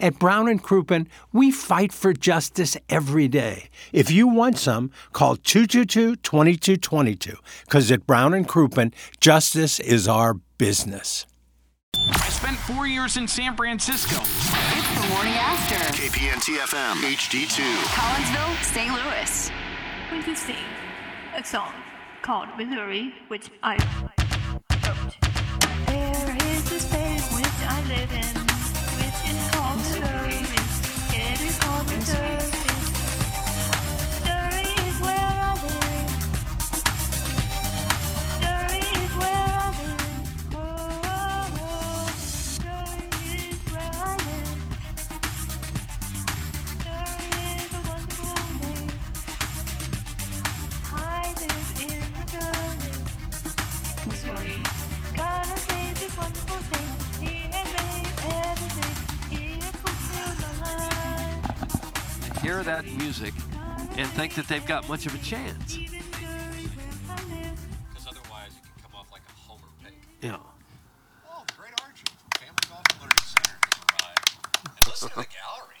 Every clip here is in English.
At Brown and Crouppen, we fight for justice every day. If you want some, call 222-2222 cuz at Brown and Crouppen, justice is our business. I spent four years in San Francisco. It's the morning after. KPNT FM HD2. Collinsville, St. Louis. going to sing a song called Missouri, which I wrote. There is this place which I live in, which is called Missouri. It is called Missouri. Missouri is where I live. Missouri is where I live. Whoa, whoa, whoa. Missouri is where I live. Missouri is a wonderful name. I live in the village. Missouri. God has made this wonderful thing. He has made everything. He has fulfilled my life. Hear that music and think that they've got much of a chance. Even Missouri where I live. because otherwise it can come off like a homer pig. You know, Oh, great archer! Family Golf and Learning Center has arrived. And listen to the gallery.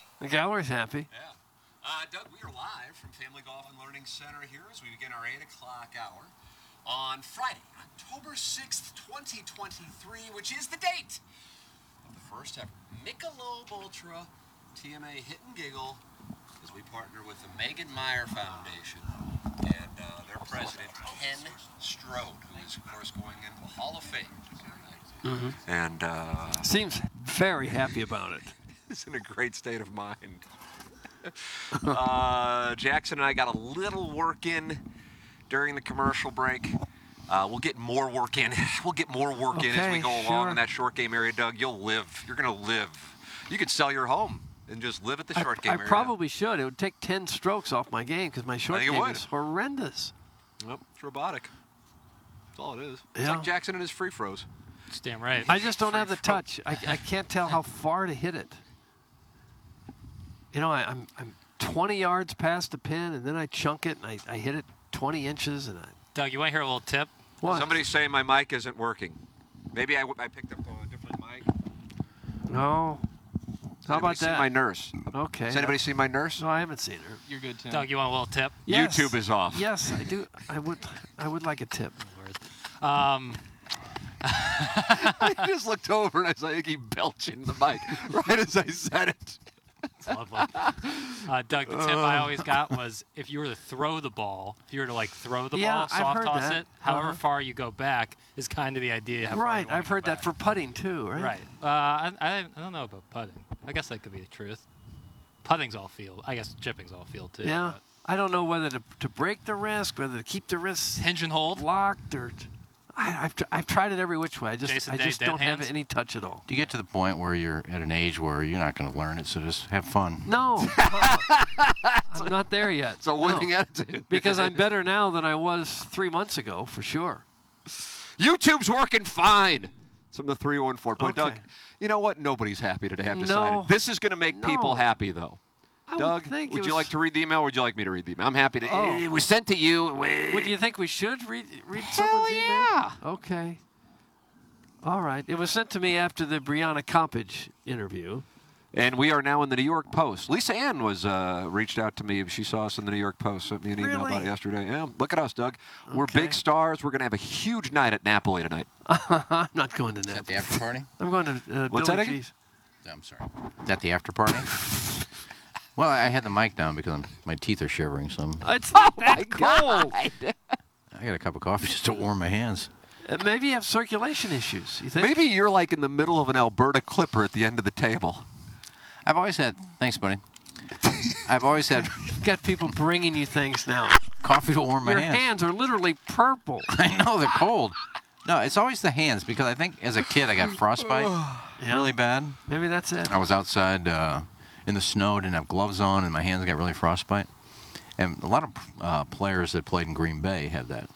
The gallery's happy. Yeah. Uh, Doug, we are live from Family Golf and Learning Center here as we begin our 8 o'clock hour on Friday, October 6th, 2023, which is the date of the first ever Michelob Ultra TMA Hit and Giggle as we partner with the Megan Meyer Foundation and uh, their president, Ken Strode, who is, of course, going into the Hall of Fame. Mm-hmm. And uh, Seems very happy about it. is in a great state of mind. uh, Jackson and I got a little work in during the commercial break. Uh, we'll get more work in. We'll get more work in as we Okay, go along sure. in that short game area, Doug. You'll live. You're going to live. You could sell your home and just live at the I, short game I area. probably should. It would take 10 strokes off my game because my short think it game would. is horrendous. Nope, it's robotic. That's all it is. It's Yeah. like Jackson and his free throws. It's damn right. I just don't have the touch. I, I can't tell how far to hit it. You know, I, I'm, I'm 20 yards past the pin, and then I chunk it, and I, I hit it 20 inches, and I. Doug, you want to hear a little tip? What? Somebody's saying my mic isn't working. Maybe I, w- I picked up a different mic. No. How about see my that? nurse? Okay. Has anybody seen my nurse? No, I haven't seen her. You're good, Tim. Doug, you want a little tip? Yes. YouTube is off. Yes, I do. I would. I would like a tip. Um, I just looked over and I saw Iggy belching the mic right as I said it. it's lovely. Uh, Doug, the tip I always got was if you were to throw the ball, if you were to like throw the Yeah, ball, I've soft heard toss that. it, however Uh-huh. far you go back is kind of the idea. how far you Right. wanna I've go heard that back. for putting too. Right. Right. Uh, I, I, I don't know about putting. I guess that could be the truth. Putting's all field. I guess chipping's all field too. Yeah. but- I don't know whether to, to break the wrist, whether to keep the wrist Hinge and hold. locked, or t- I, I've, tr- I've tried it every which way. I just Jason I Day, just dead don't have hands? any touch at all. Do you get to the point where you're at an age where you're not going to learn it, so just have fun? No. I'm not there yet. It's a winning No. attitude. Because I'm better now than I was three months ago, for sure. YouTube's working fine. It's from the oh 314. But Doug, Okay. you know what? Nobody's happy today. I've decided. No. This is going to make people No. happy, though. I would Doug, think it would you was- like to read the email or would you like me to read the email? I'm happy to. Oh. It was sent to you. It Would you think we should read read Hell someone's yeah. email? Okay. All right. It was sent to me after the Brianna Compage interview. And we are now in the New York Post. Lisa Ann was uh, reached out to me. She saw us in the New York Post. Sent me an email about Really? it yesterday. Yeah, look at us, Doug. We're Okay. big stars. We're going to have a huge night at Napoli tonight. I'm not going to At nap. the after party? I'm going to uh, What's Billy that again? G's. No, I'm sorry. At the after party? well, I had the mic down because I'm, my teeth are Oh, shivering, so I'm, It's not that cold. I got a cup of coffee just to warm my hands. Uh, Maybe you have circulation issues. You think? Maybe you're like in the middle of an Alberta Clipper at the end of the table. I've always had. Thanks, buddy. I've always had You've got people bringing you things now. coffee to warm my Your hands. hands are literally purple. I know they're cold. No, it's always the hands because I think as a kid I got frostbite really bad. Maybe that's it. I was outside uh, in the snow, didn't have gloves on, and my hands got really frostbite. And a lot of uh, players that played in Green Bay have that.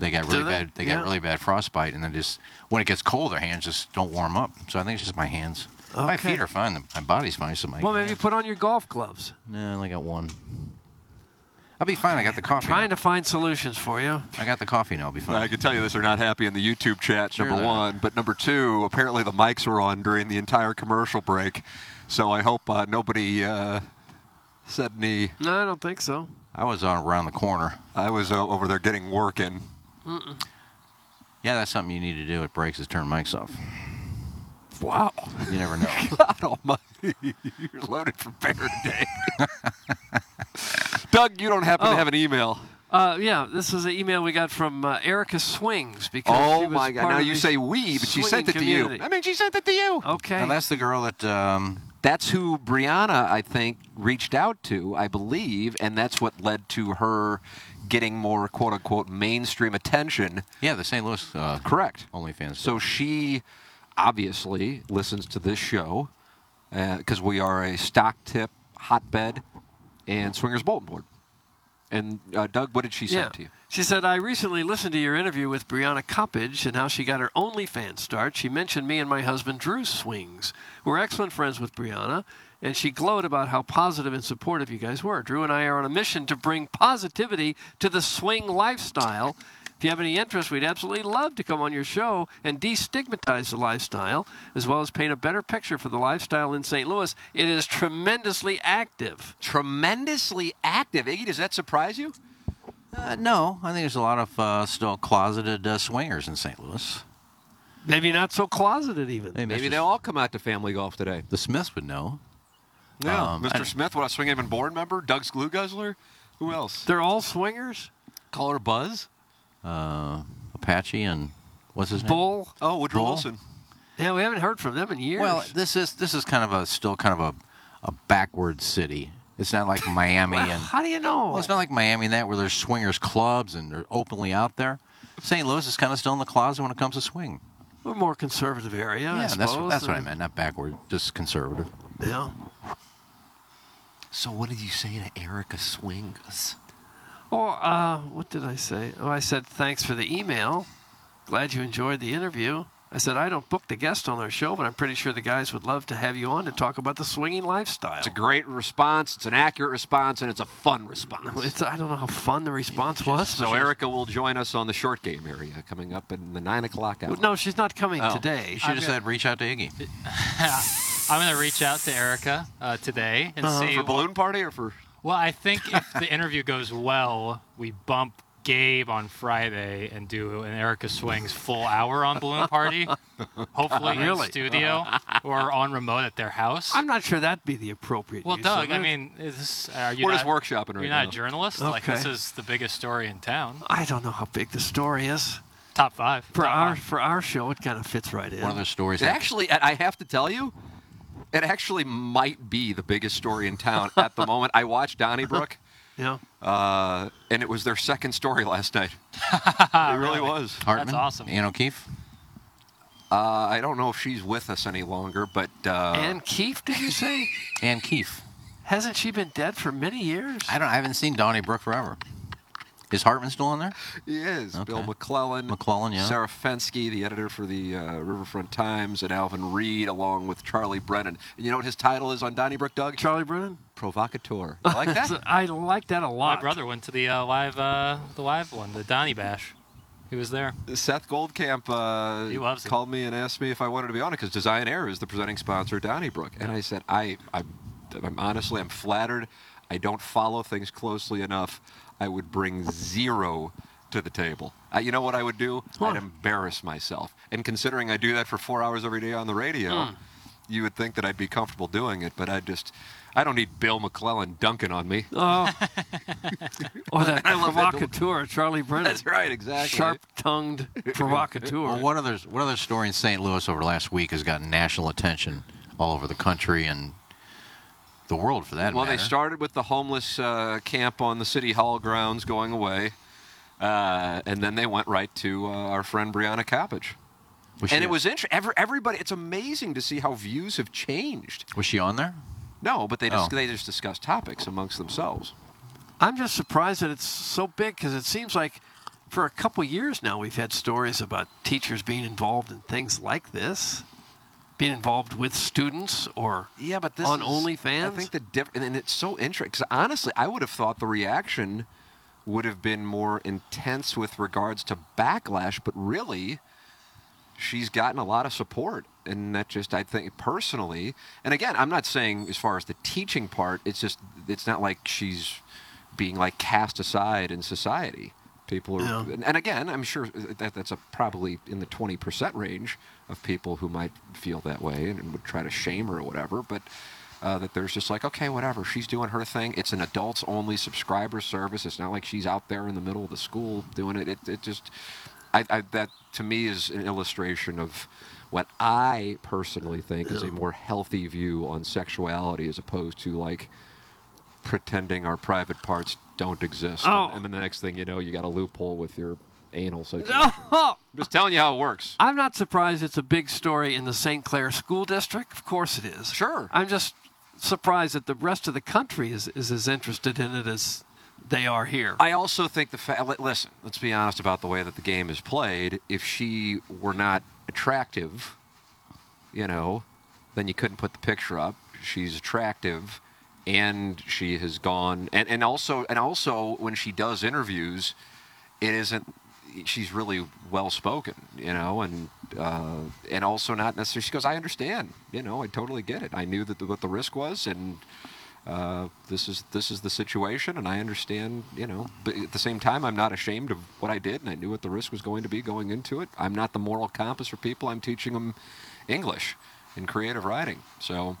They got really they? bad. They Yeah. got really bad frostbite, and then just when it gets cold, their hands just don't warm up. So I think it's just my hands. My Okay. feet are fine. My body's fine. So my Well, maybe put on your golf gloves. no, I only got one. I'll be fine. I got the coffee. Trying to find solutions for you. I got the coffee now. I'll be I fine. can tell you this, they're not happy in the YouTube chat, Sure number they're not. one. But number two, apparently the mics were on during the entire commercial break. So I hope uh, nobody uh, said any. No, I don't think so. I was on around the corner. I was uh, over there getting work in. Yeah, that's something you need to do at breaks is turn mics off. Wow. You never know. God almighty. You're loaded for bear today. Doug, you don't happen Oh. to have an email. Uh, yeah, this is an email we got from uh, Erica Swings because she Oh was my God! part Now of you the say we, but she sent swinging it to you. community. I mean, she sent it to you. Okay. Now, that's the girl that um, That's who Brianna, I think, reached out to, I believe, and that's what led to her getting more "quote unquote" mainstream attention. Yeah, the St. Louis. Uh, Correct. OnlyFans. So she obviously listens to this show because we are a stock tip hotbed and swingers bulletin board. And uh, Doug, what did she yeah. send to you? She said, I recently listened to your interview with Brianna Cuppage and how she got her OnlyFans start. She mentioned me and my husband, Drew Swings. We're excellent friends with Brianna, and she glowed about how positive and supportive you guys were. Drew and I are on a mission to bring positivity to the swing lifestyle. If you have any interest, we'd absolutely love to come on your show and destigmatize the lifestyle, as well as paint a better picture for the lifestyle in St. Louis. It is tremendously active. Tremendously active. Iggy, does that surprise you? Uh, no, I think there's a lot of uh, still closeted uh, swingers in St. Louis. Maybe not so closeted, even. Maybe Mr. they'll all come out to family golf today. The Smiths would know. Yeah, Um, Mr. and- Smith, what a swing even board member, Doug's glue guzzler. Who else? They're all swingers? Caller Buzz. Uh, Apache and what's his name? Bull? Oh, Woodrow Bull? Wilson. Yeah, we haven't heard from them in years. Well, this is this is kind of a still kind of a, a backward city. It's not like Miami and how do you know? well, it's not like Miami and that where there's swingers clubs and they're openly out there. St. Louis is kind of still in the closet when it comes to swing. We're a more conservative area. I yeah, that's suppose, that's what I and- meant. Not backward, just conservative. Yeah. So what did you say to Erica Swings? Or uh, what did I say? Oh, I said thanks for the email. Glad you enjoyed the interview. I said I don't book the guest on our show, but I'm pretty sure the guys would love to have you on to talk about the swinging lifestyle. It's a great response. It's an accurate response, and it's a fun response. It's- I don't know how fun the response was. So Erica will join us on the short game area coming up in the nine o'clock hour. No, she's not coming Oh. today. You should have said reach out to Iggy. I'm gonna reach out to Erica uh, today and see. Uh-huh. for what- balloon party or for? well, I think if the interview goes well, we bump Gabe on Friday and do an Erica Swings full hour on Balloon Party. Hopefully Really? in studio Uh-huh. or on remote at their house. I'm not sure that'd be the appropriate. well, use Doug, of it. I mean, is this, are you We're not, just workshopping right You're not now. a journalist. Like Okay. this is the biggest story in town. I don't know how big the story is Top five. for Top our five. for our show. It kind of fits right in. One of those stories. It actually, I I have to tell you, it actually might be the biggest story in town at the moment. I watched Donnybrook, yeah. uh, and it was their second story last night. Ah, it really was. Hartman, awesome. Ann O'Keefe. Uh, I don't know if she's with us any longer, but uh, and Keefe, did you say? Ann Keefe. Hasn't she been dead for many years? I don't. I haven't seen Donnie Brook forever. Is Hartman still on there? He is. Bill Okay. McClellan. McClellan, yeah. Sarah Fensky, the editor for the uh, Riverfront Times, and Alvin Reed, along with Charlie Brennan. And you know what his title is on Donnybrook, Doug? Charlie Brennan. Provocateur. You like that? I like that a lot. My brother went to the uh, live, uh, the live one, the Donny Bash. He was there. Seth Goldcamp uh, He loves it. called me and asked me if I wanted to be on it because Design Air is the presenting sponsor of Donnybrook. And I said, I, I, I'm honestly, I'm flattered. I don't follow things closely enough. I would bring zero to the table. Uh, you know what I Hmm. would do? I'd embarrass myself. And considering I do that for four hours every day on the radio, you would think that I'd be comfortable doing it, but I just, I don't need Bill McClellan dunking on me. Oh, or that I love that little- provocateur, Charlie Brennan. That's right, exactly. Sharp-tongued provocateur. Well, what other what other story in St. Louis over the last week has gotten national attention all over the country and the world for that well, matter? they started with the homeless uh, camp on the city hall grounds going away, uh, and then they went right to uh, our friend Brianna Cabbage. Was and she- it was interesting. Every, everybody, it's amazing to see how views have changed. was she on there? No, but they just Oh. they just discuss topics amongst themselves. I'm just surprised that it's so big because it seems like for a couple years now we've had stories about teachers being involved in things like this, being involved with students or Yeah, but this on is- OnlyFans. I think the difference, and it's so interesting because honestly, I would have thought the reaction would have been more intense with regards to backlash, but really, she's gotten a lot of support, and that just I think personally, and again, I'm not saying as far as the teaching part, it's just it's not like she's being like cast aside in society. People are, Yeah. and- and again, I'm sure that that's a probably in the 20% range of people who might feel that way and would try to shame her or whatever, but uh, that there's just like, okay, whatever, she's doing her thing. It's an adults only subscriber service. It's not like she's out there in the middle of the school doing it. It, it just, I, I, that to me is an illustration of what I personally think is a more healthy view on sexuality as opposed to like pretending our private parts don't exist. And- Oh. And, then the next thing you know, you got a loophole with your anal situation. Oh, I'm just telling you how it works. I'm not surprised it's a big story in the St. Clair School District. Of course it is. Sure. I'm just surprised that the rest of the country is, is as interested in it as they are here. I also think the fa- li- listen. Let's be honest about the way that the game is played. If she were not attractive, you know, then you couldn't put the picture up. She's attractive, and she has gone. And, and also, and also, when she does interviews, it isn't. She's really well spoken, you know, and uh, and also not necessarily. She goes, "I understand, you know, I totally get it. I knew that the, what the risk was, and uh, this is this is the situation, and I understand, you know. But at the same time, I'm not ashamed of what I did, and I knew what the risk was going to be going into it. I'm not the moral compass for people. I'm teaching them English and creative writing, so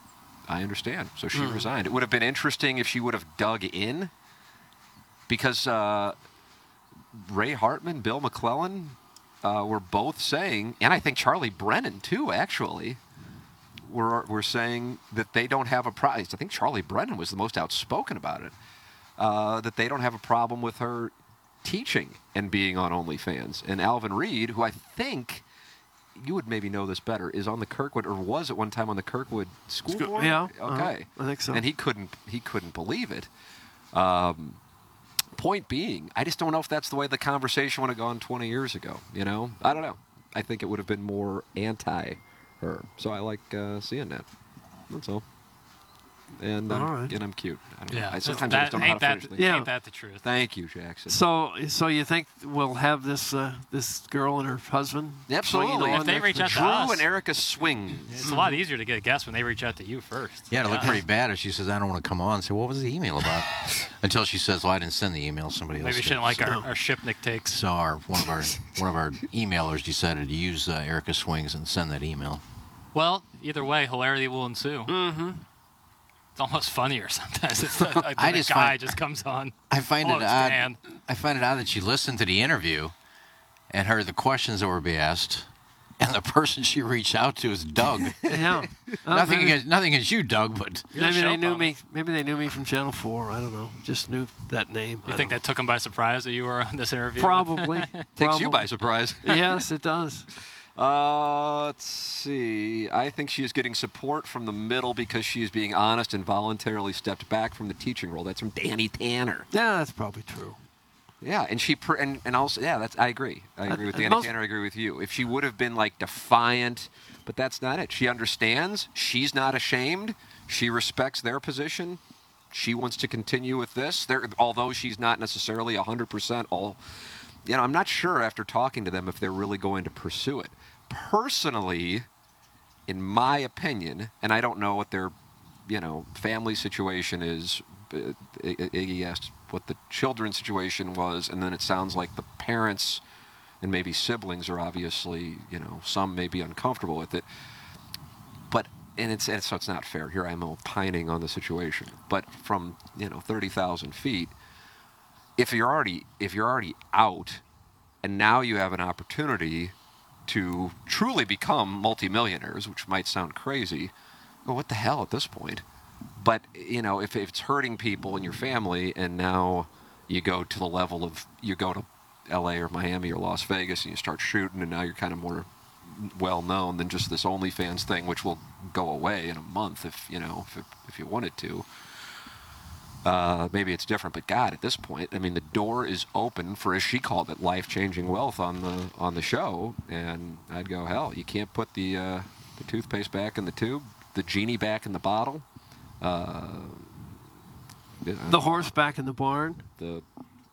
I understand. So she resigned. It would have been interesting if she would have dug in, because uh, Ray Hartman, Bill McClellan, uh, were both saying, and I think Charlie Brennan too, actually were, were saying that they don't have a problem. I think Charlie Brennan was the most outspoken about it. Uh, that they don't have a problem with her teaching and being on OnlyFans. And Alvin Reed, who I think you would maybe know this better, is on the Kirkwood or was at one time on the Kirkwood school board. yeah, Okay. uh-huh, I think so. And he couldn't he couldn't believe it. Um, point being, I just don't know if that's the way the conversation would have gone 20 years ago. You know, I don't know. I think it would have been more anti her. So I like uh, seeing that. That's all. And I'm, All right. and I'm cute. I don't know. Yeah, I that's- sometimes I that, just don't know how ain't, to finish that, things. Yeah. ain't that the truth? Thank you, Jackson. so, so you think we'll have this uh, this girl and her husband? Absolutely. swinging If on they next reach to- out Drew to us. and Erica swing. It's a lot easier to get a guess when they reach out to you first. Yeah, it'd look Yeah. pretty bad if she says, I don't want to come on. Say, what was the email about? Until she says, well, I didn't send the email. Somebody else Maybe we did. shouldn't like our, No. our Shipnick takes. So our, one, of our, one of our emailers decided to use uh, Erica Swings and send that email. Well, either way, hilarity will ensue. Mm-hmm. It's almost funnier sometimes. It's like when I the just guy find- just comes on. I find Hello, it it's odd. Dan. I find it odd that she listened to the interview and heard the questions that were being asked, and the person she reached out to is Doug. Yeah. Uh, nothing maybe- against nothing against you, Doug, but Maybe they Shell knew phone. me. Maybe they knew me from Channel Four. I don't know. Just knew that name. You I think don't that took him by surprise that you were on this interview? know. probably Takes you probably. by surprise. yes, it does. Uh, let's see. I think she is getting support from the middle because she is being honest and voluntarily stepped back from the teaching role. That's from Danny Tanner. Yeah, that's probably true. Yeah, and she pr- and, and also yeah, that's I agree. I agree with and Danny most- Tanner. I agree with you. If she would have been like defiant, but that's not it. She understands. She's not ashamed. She respects their position. She wants to continue with this. There, although she's not necessarily hundred percent all. You know, I'm not sure after talking to them if they're really going to pursue it. Personally, in my opinion, and I don't know what their, you know, family situation is. uh, I- I- Iggy asked what the children's situation was, and then it sounds like the parents and maybe siblings are obviously, you know, some may be uncomfortable with it. But and it's and so it's not fair. Here I am opining on the situation, but from you know thirty thousand feet, if you're already if you're already out, and now you have an opportunity to truly become multimillionaires, which might sound crazy, well, what the hell at this point? But you know, if, if it's hurting people in your family, and now you go to the level of you go to L.A. or Miami or Las Vegas, and you start shooting, and now you're kind of more well known than just this OnlyFans thing, which will go away in a month if you know if, if you wanted to. Uh, maybe it's different, but God, at this point, I mean, the door is open for, as she called it, life-changing wealth on the on the show, and I'd go, hell, you can't put the uh, the toothpaste back in the tube, the genie back in the bottle, uh, Uh-huh. The horse back in the barn. the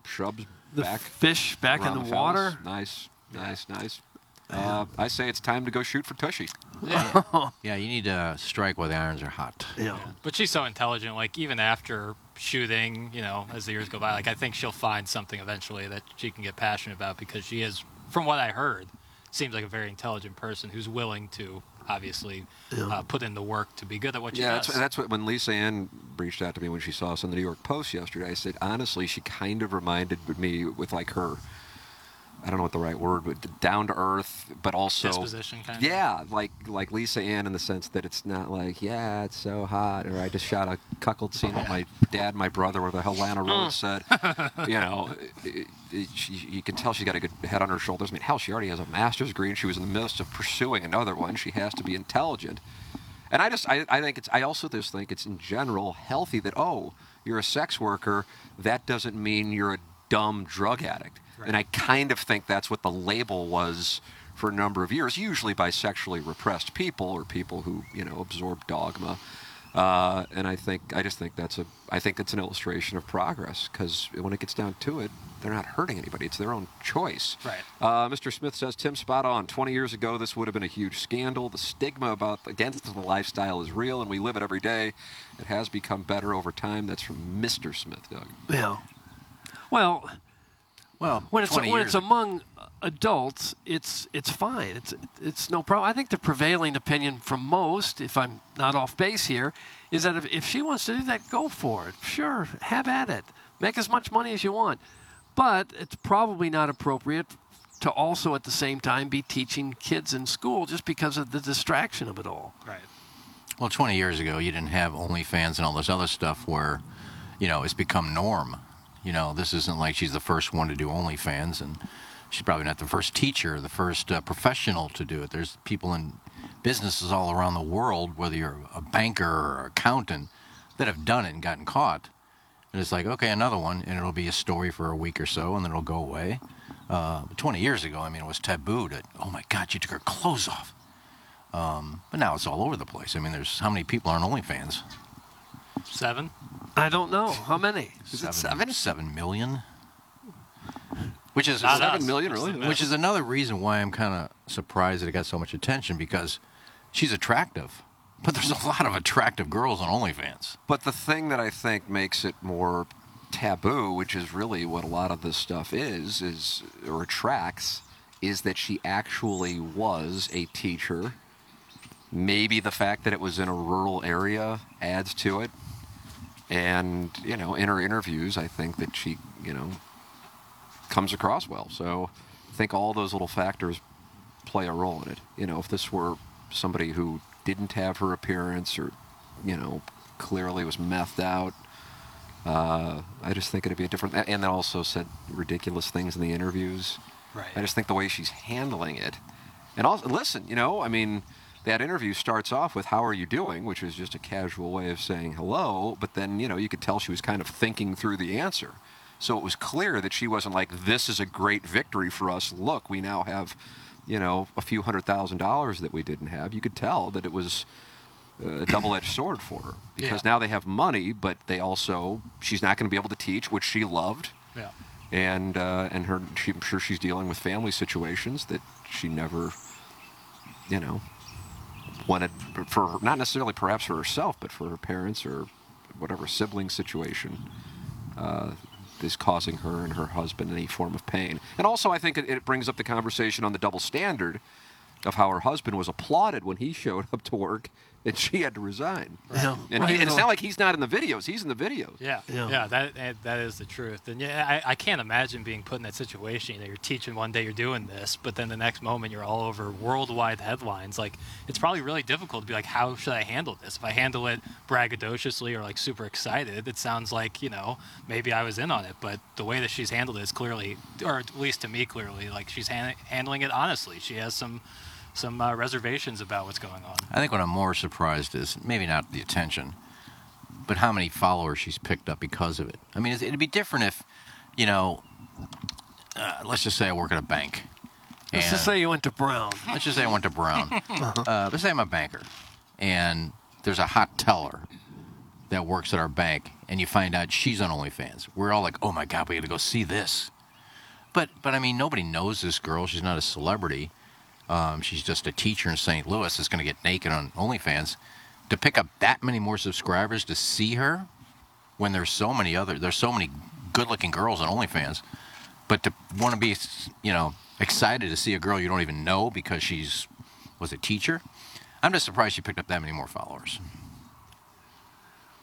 shrubs The back, fish back in around the fellas. water. Nice, nice, nice. Uh, I say it's time to go shoot for Tushy. Yeah, you need to strike while the irons are hot. Yeah. But she's so intelligent. Like even after shooting, you know, as the years go by, like I think she'll find something eventually that she can get passionate about because she is, from what I heard, seems like a very intelligent person who's willing to obviously uh, put in the work to be good at what she Yeah, does. that's, that's what when Lisa Ann reached out to me when she saw us in the New York Post yesterday. I said honestly, she kind of reminded me with like her, I don't know what the right word, but the down to earth, but also Disposition kind of? Yeah, like like Lisa Ann in the sense that it's not like yeah, it's so hot, or I just shot a cuckold scene with my dad, and my brother, or the hell Lana Rose said. You know, it, it, she, you can tell she's got a good head on her shoulders. I mean, hell, she already has a master's degree, and she was in the midst of pursuing another one. She has to be intelligent. And I just, I, I think it's, I also just think it's in general healthy that, oh, you're a sex worker. That doesn't mean you're a dumb drug addict. And I kind of think that's what the label was for a number of years, usually by sexually repressed people or people who, you know, absorb dogma. Uh, and I think, I just think that's a, I think that's an illustration of progress because when it gets down to it, they're not hurting anybody. It's their own choice. Right. Uh, Mr. Smith says, Tim, spot on. 20 years ago, this would have been a huge scandal. The stigma about against the lifestyle is real, and we live it every day. It has become better over time. That's from Mr. Smith, Doug. Yeah. Well, Well, when it's 20 when years it's among adults, it's it's fine. It's it's no problem. I think the prevailing opinion from most, if I'm not off base here, is that if, if she wants to do that, go for it. Sure, have at it. Make as much money as you want. But it's probably not appropriate to also at the same time be teaching kids in school just because of the distraction of it all. right. Well, 20 years ago, you didn't have OnlyFans and all this other stuff where, you know, it's become norm. You know, this isn't like she's the first one to do OnlyFans, and she's probably not the first teacher, the first uh, professional to do it. There's people in businesses all around the world, whether you're a banker or accountant, that have done it and gotten caught. And it's like, okay, another one, and it'll be a story for a week or so, and then it'll go away. Uh, 20 years ago, I mean, it was taboo to, oh my God, she took her clothes off. But now it's all over the place. I mean, there's how many people are on OnlyFans? Seven. I don't know how many. Is seven, it seven? Seven million. Which is Not us. million, really? Which is another reason why I'm kind of surprised that it got so much attention because she's attractive, but there's a lot of attractive girls on OnlyFans. But the thing that I think makes it more taboo, which is really what a lot of this stuff is, is or attracts, is that she actually was a teacher. Maybe the fact that it was in a rural area adds to it. And you know, in her interviews, I think that she, you know, comes across well. So I think all those little factors play a role in it. You know, if this were somebody who didn't have her appearance or, you know, clearly was methed out, uh, I just think it'd be a different. And then also said ridiculous things in the interviews. Right. I just think the way she's handling it, and also listen, you know, I mean. That interview starts off with "How are you doing," which is just a casual way of saying hello. But then, you know, you could tell she was kind of thinking through the answer. So it was clear that she wasn't like, this is a great victory for us. Look, we now have, you know, a few hundred thousand dollars that we didn't have. You could tell that it was uh, a double edged sword for her because Yeah. now they have money, but they also, she's not going to be able to teach, which she loved. Yeah. And, uh, and her, she, I'm sure she's dealing with family situations that she never, you know, wanted for not necessarily perhaps for herself, but for her parents or whatever sibling situation uh, is causing her and her husband any form of pain. And also, I think it, it brings up the conversation on the double standard of how her husband was applauded when he showed up to work and she had to resign. Yeah. And, he- and it's not like he's not in the videos. He's in the videos. Yeah, yeah, that eh, that is the truth. And yeah, I, I can't imagine being put in that situation. You know, you're teaching one day you're doing this, but then the next moment you're all over worldwide headlines. Like it's probably really difficult to be like, how should I handle this? If I handle it braggadociously or like super excited, it sounds like you know maybe I was in on it. But the way that she's handled it is clearly, or at least to me clearly, like she's han- handling it honestly. She has some some uh, reservations about what's going on. I think what I'm more surprised is maybe not the attention, but how many followers she's picked up because of it. I mean, it's- it'd be different if, you know, uh, let's just say I work at a bank. Let's and- just say you went to Brown. Let's just say I went to Brown. uh, let's say I'm a banker, and there's a hot teller that works at our bank, and you find out she's on OnlyFans. We're all like, "Oh my God, we got to go see this." But but I mean, nobody knows this girl. She's not a celebrity. Um, she's just a teacher in St. Louis that's going to get naked on OnlyFans. To pick up that many more subscribers to see her, when there's so many other, there's so many good-looking girls on OnlyFans but to want to be you know excited to see a girl you don't even know because she's was a teacher i'm just surprised she picked up that many more followers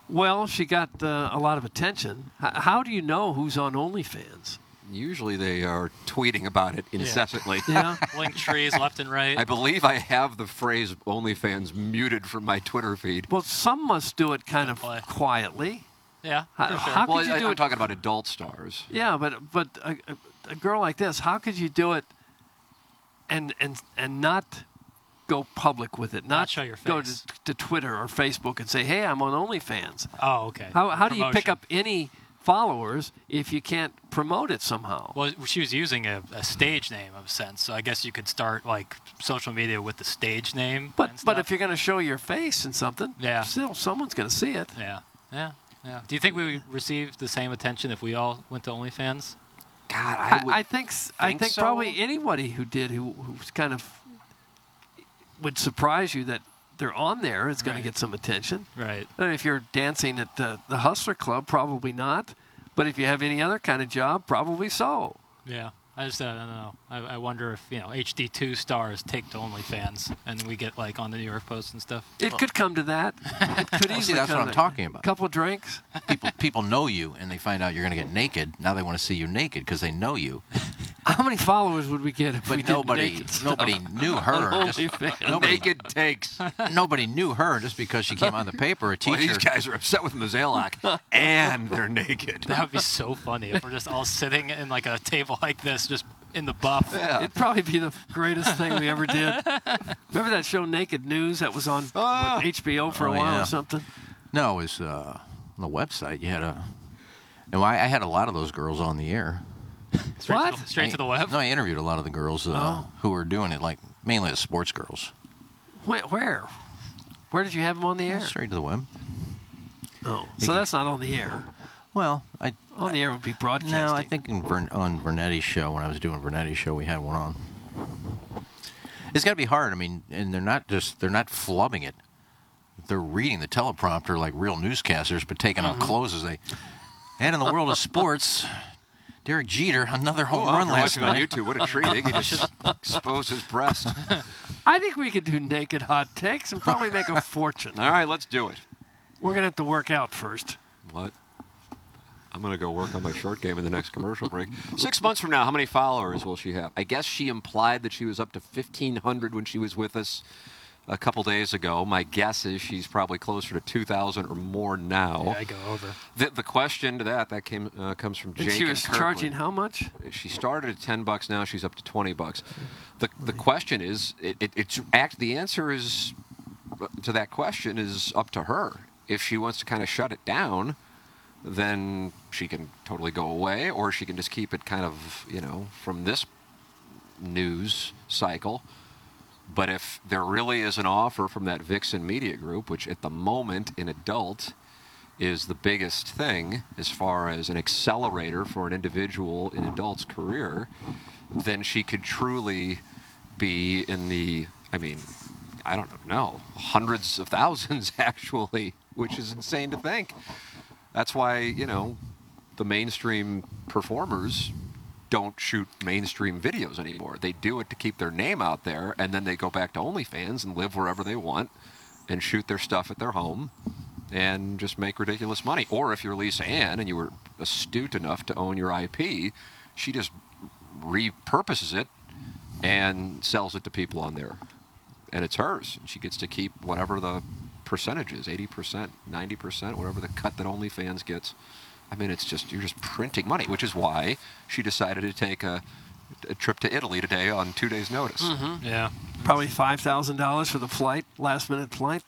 Well, she got uh, a lot of attention. H- how do you know who's on OnlyFans? Usually they are tweeting about it incessantly. Yeah. Link trees left and right. I believe I have the phrase OnlyFans muted from my Twitter feed. Well, some must do it kind of quietly. Yeah. How- for sure. how could Well, you I- do I'm it- talking about adult stars. Yeah, but but a, a- a girl like this, how could you do it and and and not go public with it? Not, show your face. Go to, to Twitter or Facebook and say, "Hey, I'm on OnlyFans." Oh, okay. How how do you pick Promotion. up any followers if you can't promote it somehow? Well, she was using a, a stage name of a sense, so I guess you could start like social media with the stage name. But but if you're going to show your face and something, Yeah. still someone's going to see it. Yeah. Yeah. Yeah. Do you think we would receive the same attention if we all went to OnlyFans? God, I, I, think, s I think think so? probably anybody who did who who's kind of would surprise you that they're on there is going to get some attention. Right. And if you're dancing at the, the Hustler Club, probably not. But if you have any other kind of job, probably so. Yeah. I just I don't know. I, I wonder if you know HD2 stars take to OnlyFans and we get like on the New York Post and stuff. It could come to that. It could Well, Oh, see, easily that's come what to I'm that. talking about. Couple drinks. people people know you and they find out you're going to get naked now they want to see you naked because they know you How many followers would we get if we but did nobody naked stuff nobody knew on her OnlyFans? naked takes nobody knew her just because she came on the paper a teacher Well, these guys are upset with Mazalak, and they're naked. That would be so funny if we're just all sitting in like a table like this, just in the buff. It'd probably be the greatest thing we ever did. Remember that show Naked News that was on what, HBO for a Oh, while yeah. or something? no it was uh, on the website you had a no I, I had a lot of those girls on the air Straight To the, straight to the web. no i interviewed a lot of the girls uh, who were doing it like mainly the sports girls Where? Where, where did you have them on the air? straight to the web Oh, so that's not on the air. Well, I on the air would be broadcasting. No, I think in Vern, on Vernetti's show, when I was doing Vernetti's show, we had one on. It's got to be hard. I mean, and they're not just they're not flubbing it. They're reading the teleprompter like real newscasters, but taking on clothes as they. And in the world of sports, Derek Jeter another home Oh, I'm run last watching on night. YouTube. What a treat! They can just expose his breast. I think we could do naked hot takes and probably make a fortune. All right, let's do it. We're gonna have to work out first. What? I'm gonna go work on my short game in the next commercial break. Six months from now, how many followers will she have? I guess she implied that she was up to 1,500 when she was with us a couple days ago. My guess is she's probably closer to 2,000 or more now. Yeah, I go over. The, the question to that that came uh, comes from Jake. and she was Kirkland. charging how much? She started at 10 bucks. Now she's up to 20 bucks. The the question is, it, it, it's act. The answer is to that question is up to her. If she wants to kind of shut it down, then she can totally go away, or she can just keep it kind of you know from this news cycle. But if there really is an offer from that Vixen Media Group, which at the moment in adult is the biggest thing as far as an accelerator for an individual in adult's career, then she could truly be in the, I mean, I don't know, hundreds of thousands actually, which is insane to think. That's why, you know, the mainstream performers don't shoot mainstream videos anymore. They do it to keep their name out there, and then they go back to OnlyFans and live wherever they want and shoot their stuff at their home and just make ridiculous money. Or if you're Lisa Ann and you were astute enough to own your IP, she just repurposes it and sells it to people on there. And it's hers. And she gets to keep whatever the percentage is 80%, 90%, whatever the cut that OnlyFans gets. I mean, it's just, you're just printing money, which is why she decided to take a, a trip to Italy today on two days' notice. Mm-hmm. Yeah. Probably $5,000 for the flight, last minute flight.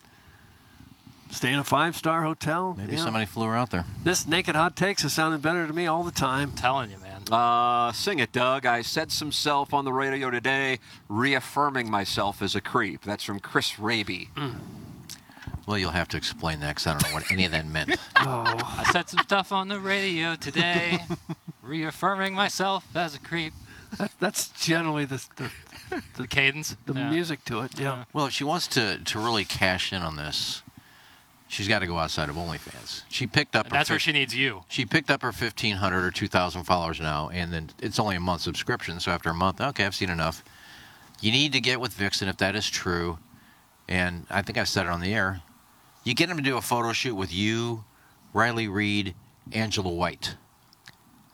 Stay in a five star hotel. Maybe somebody flew her out there. This naked hot takes has sounded better to me all the time. I'm telling you, man. Uh, sing it, Doug. I said some self on the radio today, reaffirming myself as a creep. That's from Chris Raby. Mm. Well, you'll have to explain that because I don't know what any of that meant. Oh. I said some stuff on the radio today, reaffirming myself as a creep. That, that's generally the, the, the cadence, the Yeah. music to it. Yeah. Well, if she wants to, to really cash in on this, she's got to go outside of OnlyFans. She picked up. her That's where fif- she needs you. She picked up her 1,500 or 2,000 followers now, and then it's only a month subscription. So after a month, okay, I've seen enough. You need to get with Vixen if that is true. And I think I said it on the air. You get him to do a photo shoot with you, Riley Reed, Angela White.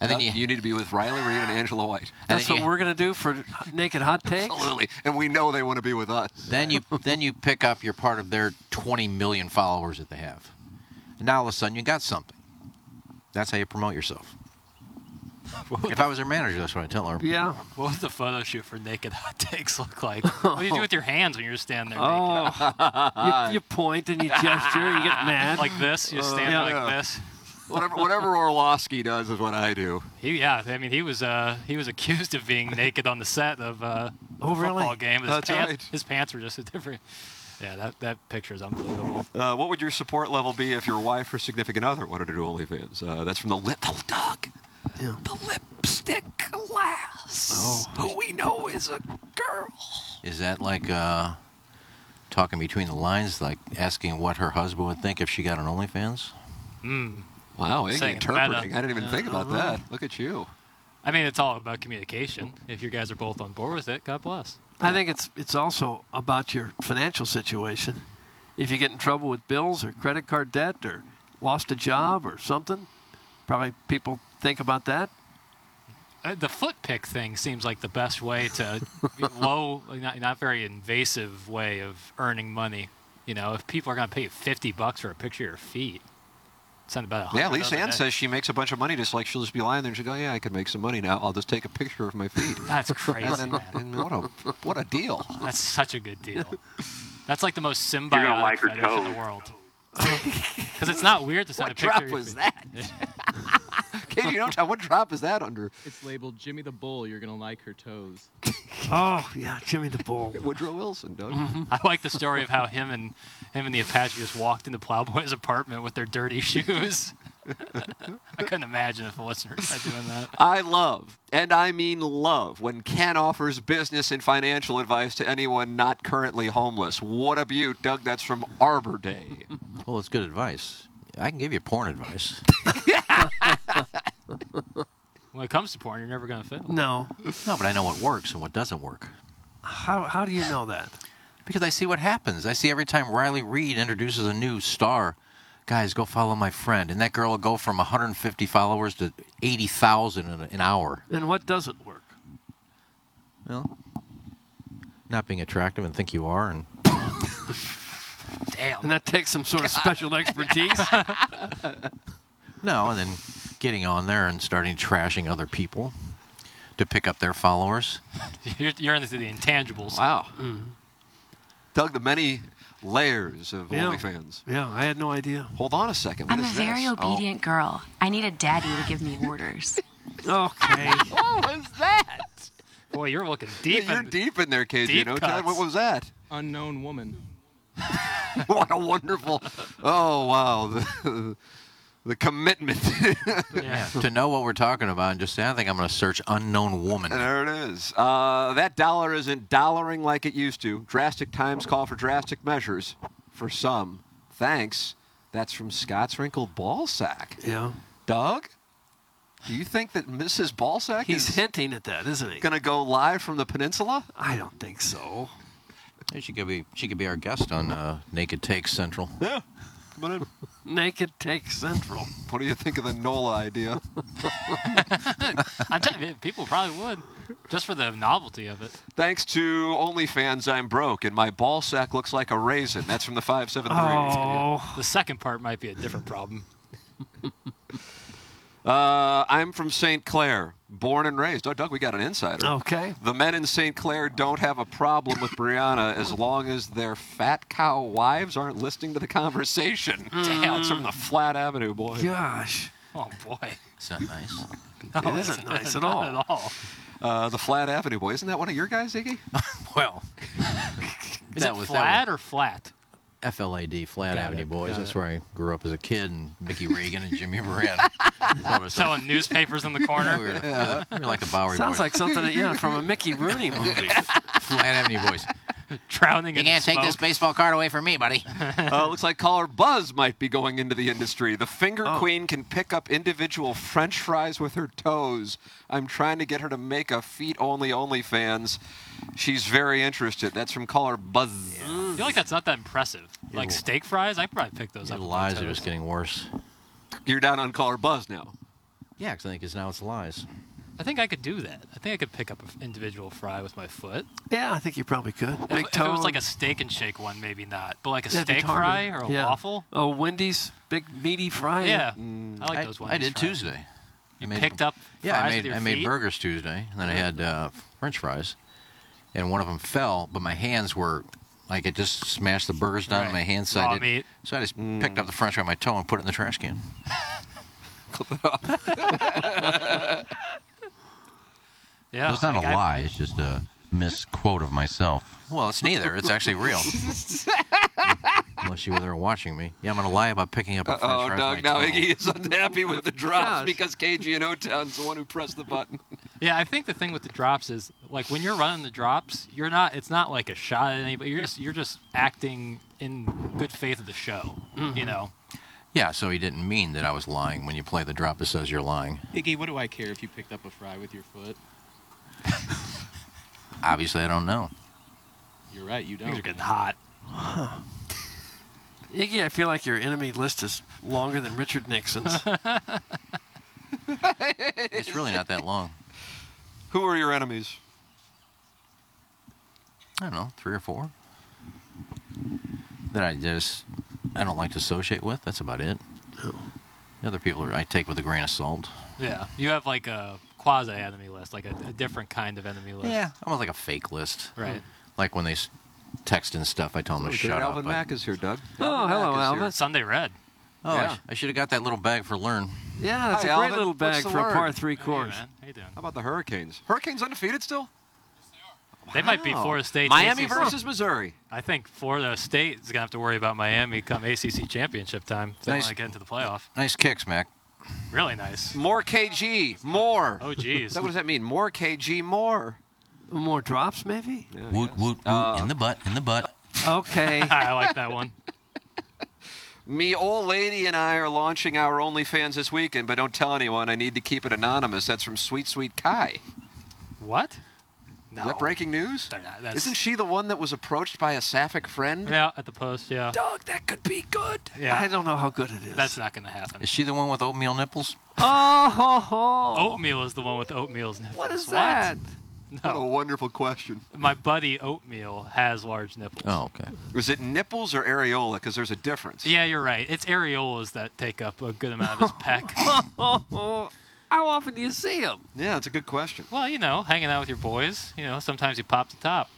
And then you, need to be with Riley Reid and Angela White. That's what we're gonna do for Naked Hot Takes. Absolutely, and we know they want to be with us. Then you then you pick up your part of their 20 million followers that they have. And now all of a sudden you got something. That's how you promote yourself. if I was their manager, that's what I'd tell her. Yeah. What would the photo shoot for naked hot takes look like? What do you do with your hands when you're standing there? naked? Oh, you, you point and you gesture, you get mad. Uh, like this. You just stand there like this. Whatever, whatever Orlovsky does is what I do. He, yeah, I mean, he was uh, he was accused of being naked on the set of uh, Oh, a football really? game. His That's pants, right. His pants were just a different. Yeah, that, that picture is unbelievable. Uh, what would your support level be if your wife or significant other wanted to do OnlyFans? Uh, that's from the lip. Oh, Doug. The lipstick glass. Who we know is a girl. Is that like uh, talking between the lines, like asking what her husband would think if she got an OnlyFans? Mm. Wow, Iggy Saying interpreting. meta. I didn't even Yeah. Uh-huh. think about that. Look at you. I mean, it's all about communication. If you guys are both on board with it, God bless. I think it's it's also about your financial situation. If you get in trouble with bills or credit card debt or lost a job or something, probably people think about that. Uh, the foot pick thing seems like the best way to low, not, not very invasive way of earning money. You know, if people are going to pay you 50 bucks for a picture of your feet, it's not about a Yeah, hundred Lisa doesn't Ann it? says she makes a bunch of money just like she'll just be lying there and she'll go, Yeah, I could make some money now. I'll just take a picture of my feet. That's crazy, And- man. and what, a, what a deal. That's such a good deal. That's like the most gonna symbiotic like her uh, fetish in toes. the world. Because it's not weird to send What a picture. drop of your was feet. that? Katie, you don't tell- what drop is that under? It's labeled Jimmy the Bull. You're gonna like her toes. Oh yeah, Jimmy the Bull. Woodrow Wilson, Doug. Mm-hmm. I like the story of how him and him and the Apache just walked into Plowboy's apartment with their dirty shoes. I couldn't imagine if a listener tried doing that. I love, and I mean love, when Ken offers business and financial advice to anyone not currently homeless. What a beaut, Doug. That's from Arbor Day. Well, it's good advice. I can give you porn advice. When it comes to porn, you're never gonna fail. No. No, but I know what works and what doesn't work How how do you know that? because I see what happens. I see every time Riley Reed introduces a new star. Guys, go follow my friend, and that girl will go from 150 followers to 80,000 in a- an hour. And what doesn't work? Well, not being attractive and think you are, and Damn. And that takes some sort of special expertise. No, and then getting on there and starting trashing other people to pick up their followers. You're, you're into the intangibles. Wow. Doug, the many layers of Yeah. OnlyFans. yeah, I had no idea. Hold on a second. What I'm a is very this? Oh. obedient girl. I need a daddy to give me orders. Okay. what was that? Boy, you're looking deep. You're deep in there, KG. Deep no time. What cuts. was that? Unknown woman. what a wonderful. Oh, wow. The, the commitment. Yeah. to know what we're talking about and just say, I think I'm going to search unknown woman. There it is. Uh, that dollar isn't dollaring like it used to. Drastic times call for drastic measures for some. Thanks. That's from Scott's Wrinkled Ballsack. Yeah. Doug, do you think that Mrs. Ballsack He's is hinting at that, isn't he? going to go live from the peninsula? I don't think so. Hey, she could be she could be our guest on uh, Naked Take Central. Yeah. Come on in. Naked Take Central. What do you think of the NOLA idea? I'm telling you, people probably would, just for the novelty of it. Thanks to OnlyFans, I'm broke, and my ball sack looks like a raisin. That's from the 573. Oh. Oh. The second part might be a different problem. Uh, I'm from St. Clair, born and raised. Oh, Doug, we got an insider. Okay. The men in St. Clair don't have a problem with Brianna as long as their fat cow wives aren't listening to the conversation. Damn. It's from the Flat Avenue, boy. Gosh. Mm. Oh boy. It's not nice. No, it Oh, it's isn't not- nice at not all. At all. Uh, the Flat Avenue boy. Isn't that one of your guys, Iggy? well, Is That it was- that flat or flat? F L A D, Flat Got Avenue it, Boys. got That's it. where I grew up as a kid, and Mickey Reagan and Jimmy Moran. Selling newspapers in the corner. we were, we were like the Bowery Sounds Boys. like something that, yeah, from a Mickey Rooney movie. Flat Avenue Boys. Drowning You in can't take smoke. this baseball card away from me, buddy. uh, looks like caller Buzz might be going into the industry. The finger Oh. queen can pick up individual French fries with her toes. I'm trying to get her to make a feet only OnlyFans. She's very interested. That's from caller Buzz. I feel like that's not that impressive. Like steak fries, I could probably pick those The up. with my lies are toes. just getting worse. You're down on caller Buzz now. Yeah, 'cause I think it's now it's lies. I think I could do that. I think I could pick up an individual fry with my foot. yeah, I think you probably could. If, Big if it was Tone. like a steak and shake one, maybe not. But like a That'd be steak harder. fry or a Yeah. waffle. A Wendy's big meaty Mm. fry. Yeah, I like those ones. I did Tuesday. You picked up Yeah, I fries with made your I made feet? Uh-huh. burgers Tuesday, and then I had uh, French fries, and one of them fell, but my hands were like it just smashed the burgers down on Right. my hands. Raw I did- meat. Mm. So I just picked up the French fry with my toe and put it in the trash can. Yeah, it's not like a I- lie. It's just a misquote of myself. Well, it's neither. It's actually real. Unless you were watching me. Yeah, I'm gonna lie about picking up a French Oh, fry. Doug, with my now toe. Iggy is unhappy with the drops Gosh. because KG and O Town's the one who pressed the button. Yeah, I think the thing with the drops is like when you're running the drops, you're not. It's not like a shot at anybody. You're just you're just acting in good faith of the show. Mm-hmm. You know. Yeah, so he didn't mean that I was lying when you play the drop that says you're lying. Iggy, what do I care if you picked up a fry with your foot? Obviously, I don't know. You're right, you Things don't. are getting hot. Iggy, I feel like your enemy list is longer than Richard Nixon's. It's really not that long. Who are your enemies? I don't know, three or four that I just I don't like to associate with. That's about it. The other people are, I take with a grain of salt. Yeah, you have like a quasi enemy list, like a, a different kind of enemy list. Yeah, almost like a fake list. Right. Like when they s- text and stuff, I tell them to Great shut Alvin up. I- Mack is here, Doug. oh, hello, Alvin. Sunday Red. oh, yeah. I, should have got that little bag for learn. Yeah, that's Hi, a great Alvin. little What's bag the for a par word? three course. Hey, man. How you doing? How about the Hurricanes? Hurricanes undefeated still? They might be Wow. Florida State. Miami ACC. versus Missouri. I think Florida State is gonna have to worry about Miami come ACC championship time. If they Nice. want to get into the playoff. Nice kicks, Mac. Really nice. More KG. More. Oh geez. Is that- what does that mean? More KG. More. More drops, maybe? Woot, woot, woot. Uh, in the butt, in the butt. Okay. I like that one. Me old lady and I are launching our OnlyFans this weekend, but don't tell anyone. I need to keep it anonymous. That's from Sweet Sweet Kai. What? No. Is that breaking news? They're not- that's- Isn't she the one that was approached by a sapphic friend? Yeah, at the post. Yeah. Doug, that could be good. Yeah. I don't know how good it is. That's not gonna happen. Is she the one with oatmeal nipples? oh, ho, ho. Oatmeal is the one with oatmeal's nipples. what is that? What a wonderful question. My buddy Oatmeal has large nipples. Oh, okay. Was it nipples or areola? Because there's a difference. Yeah, you're right. It's areolas that take up a good amount of his pec. Oh, oh. How often do you see him? Yeah, it's a good question. well, you know, hanging out with your boys. You know, sometimes you pop the top,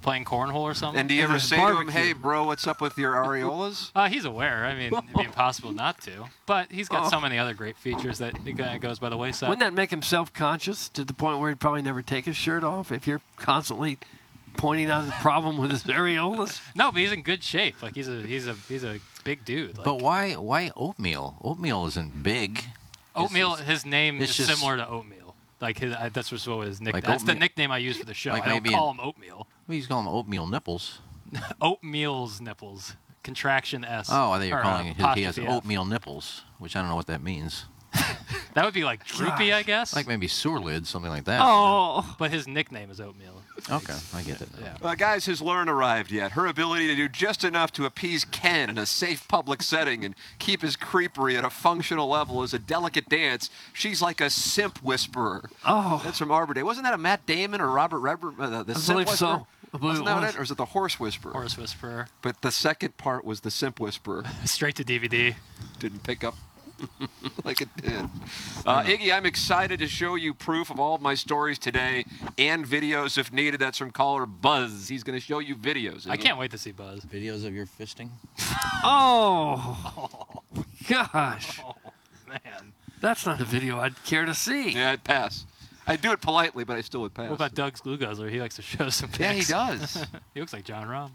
playing cornhole or something. And do you ever there's say to him, barbecue. "Hey, bro, what's up with your areolas?" Uh, he's aware. I mean, it'd be impossible not to. But he's got so many other great features that it kind of goes by the wayside. Oh. Wouldn't that make him self-conscious to the point where he'd probably never take his shirt off if you're constantly pointing out the problem with his areolas? no, but he's in good shape. Like he's a he's a he's a big dude. Like, But why why oatmeal? Oatmeal isn't big. oatmeal, his name it's is just- similar to oatmeal. Like his, I, that's just what his nickname. Like that's the oatmeal- nickname I use for the show. like I don't maybe call in- him oatmeal. We used to call them oatmeal nipples. Oatmeal's nipples. Contraction S. Oh, I think you're or, uh, calling it. He has apostrophe F. oatmeal nipples, which I don't know what that means. That would be like droopy, I guess. Like maybe sewer lid, something like that. Oh, but his nickname is oatmeal. Okay, I get it. Yeah. Uh, guys, has Lauren arrived yet? Her ability to do just enough to appease Ken in a safe public setting and keep his creepery at a functional level is a delicate dance. She's like a simp whisperer. Oh. That's from Arbor Day. Wasn't that a Matt Damon or Robert Redford? Uh, the- the I simp believe so. whisperer? I believe Wasn't it that was. it? Or is it the horse whisperer? Horse whisperer. But the second part was the simp whisperer. Straight to DVD. Didn't pick up like it did. Uh, Iggy, I'm excited to show you proof of all of my stories today and videos if needed. That's from caller Buzz. He's going to show you videos. I Iggy. can't wait to see Buzz. Videos of your fisting? Oh, gosh. Oh, man. That's not a video I'd care to see. Yeah, I'd pass. I'd do it politely, but I still would pass. What about Doug's glue guzzler? He likes to show some pics. Yeah, he does. he looks like John Rom.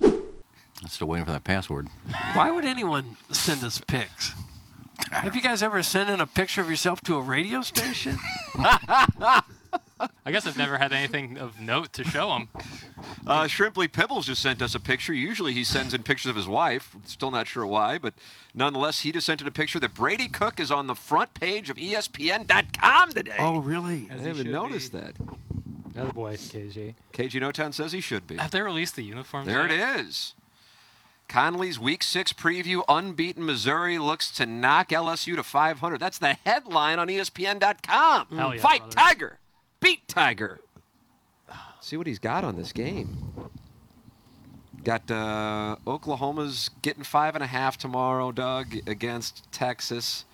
I'm still waiting for that password. Why would anyone send us pics? Have you guys ever sent in a picture of yourself to a radio station? I guess I've never had anything of note to show him. Uh, Shrimply Pibbles just sent us a picture. Usually he sends in pictures of his wife. Still not sure why, but nonetheless, he just sent in a picture that Brady Cook is on the front page of E ESPN.com today. Oh, really? I didn't even notice that. Another boy, KG. KG Notown says he should be. Have they released the uniforms? There it yet? is. Conley's Week Six preview: Unbeaten Missouri looks to knock LSU to 500. That's the headline on E ESPN.com. Hell yeah, Fight brother. Tiger, beat Tiger. See what he's got on this game. Got uh, Oklahoma's getting five and a half tomorrow, Doug, against Texas.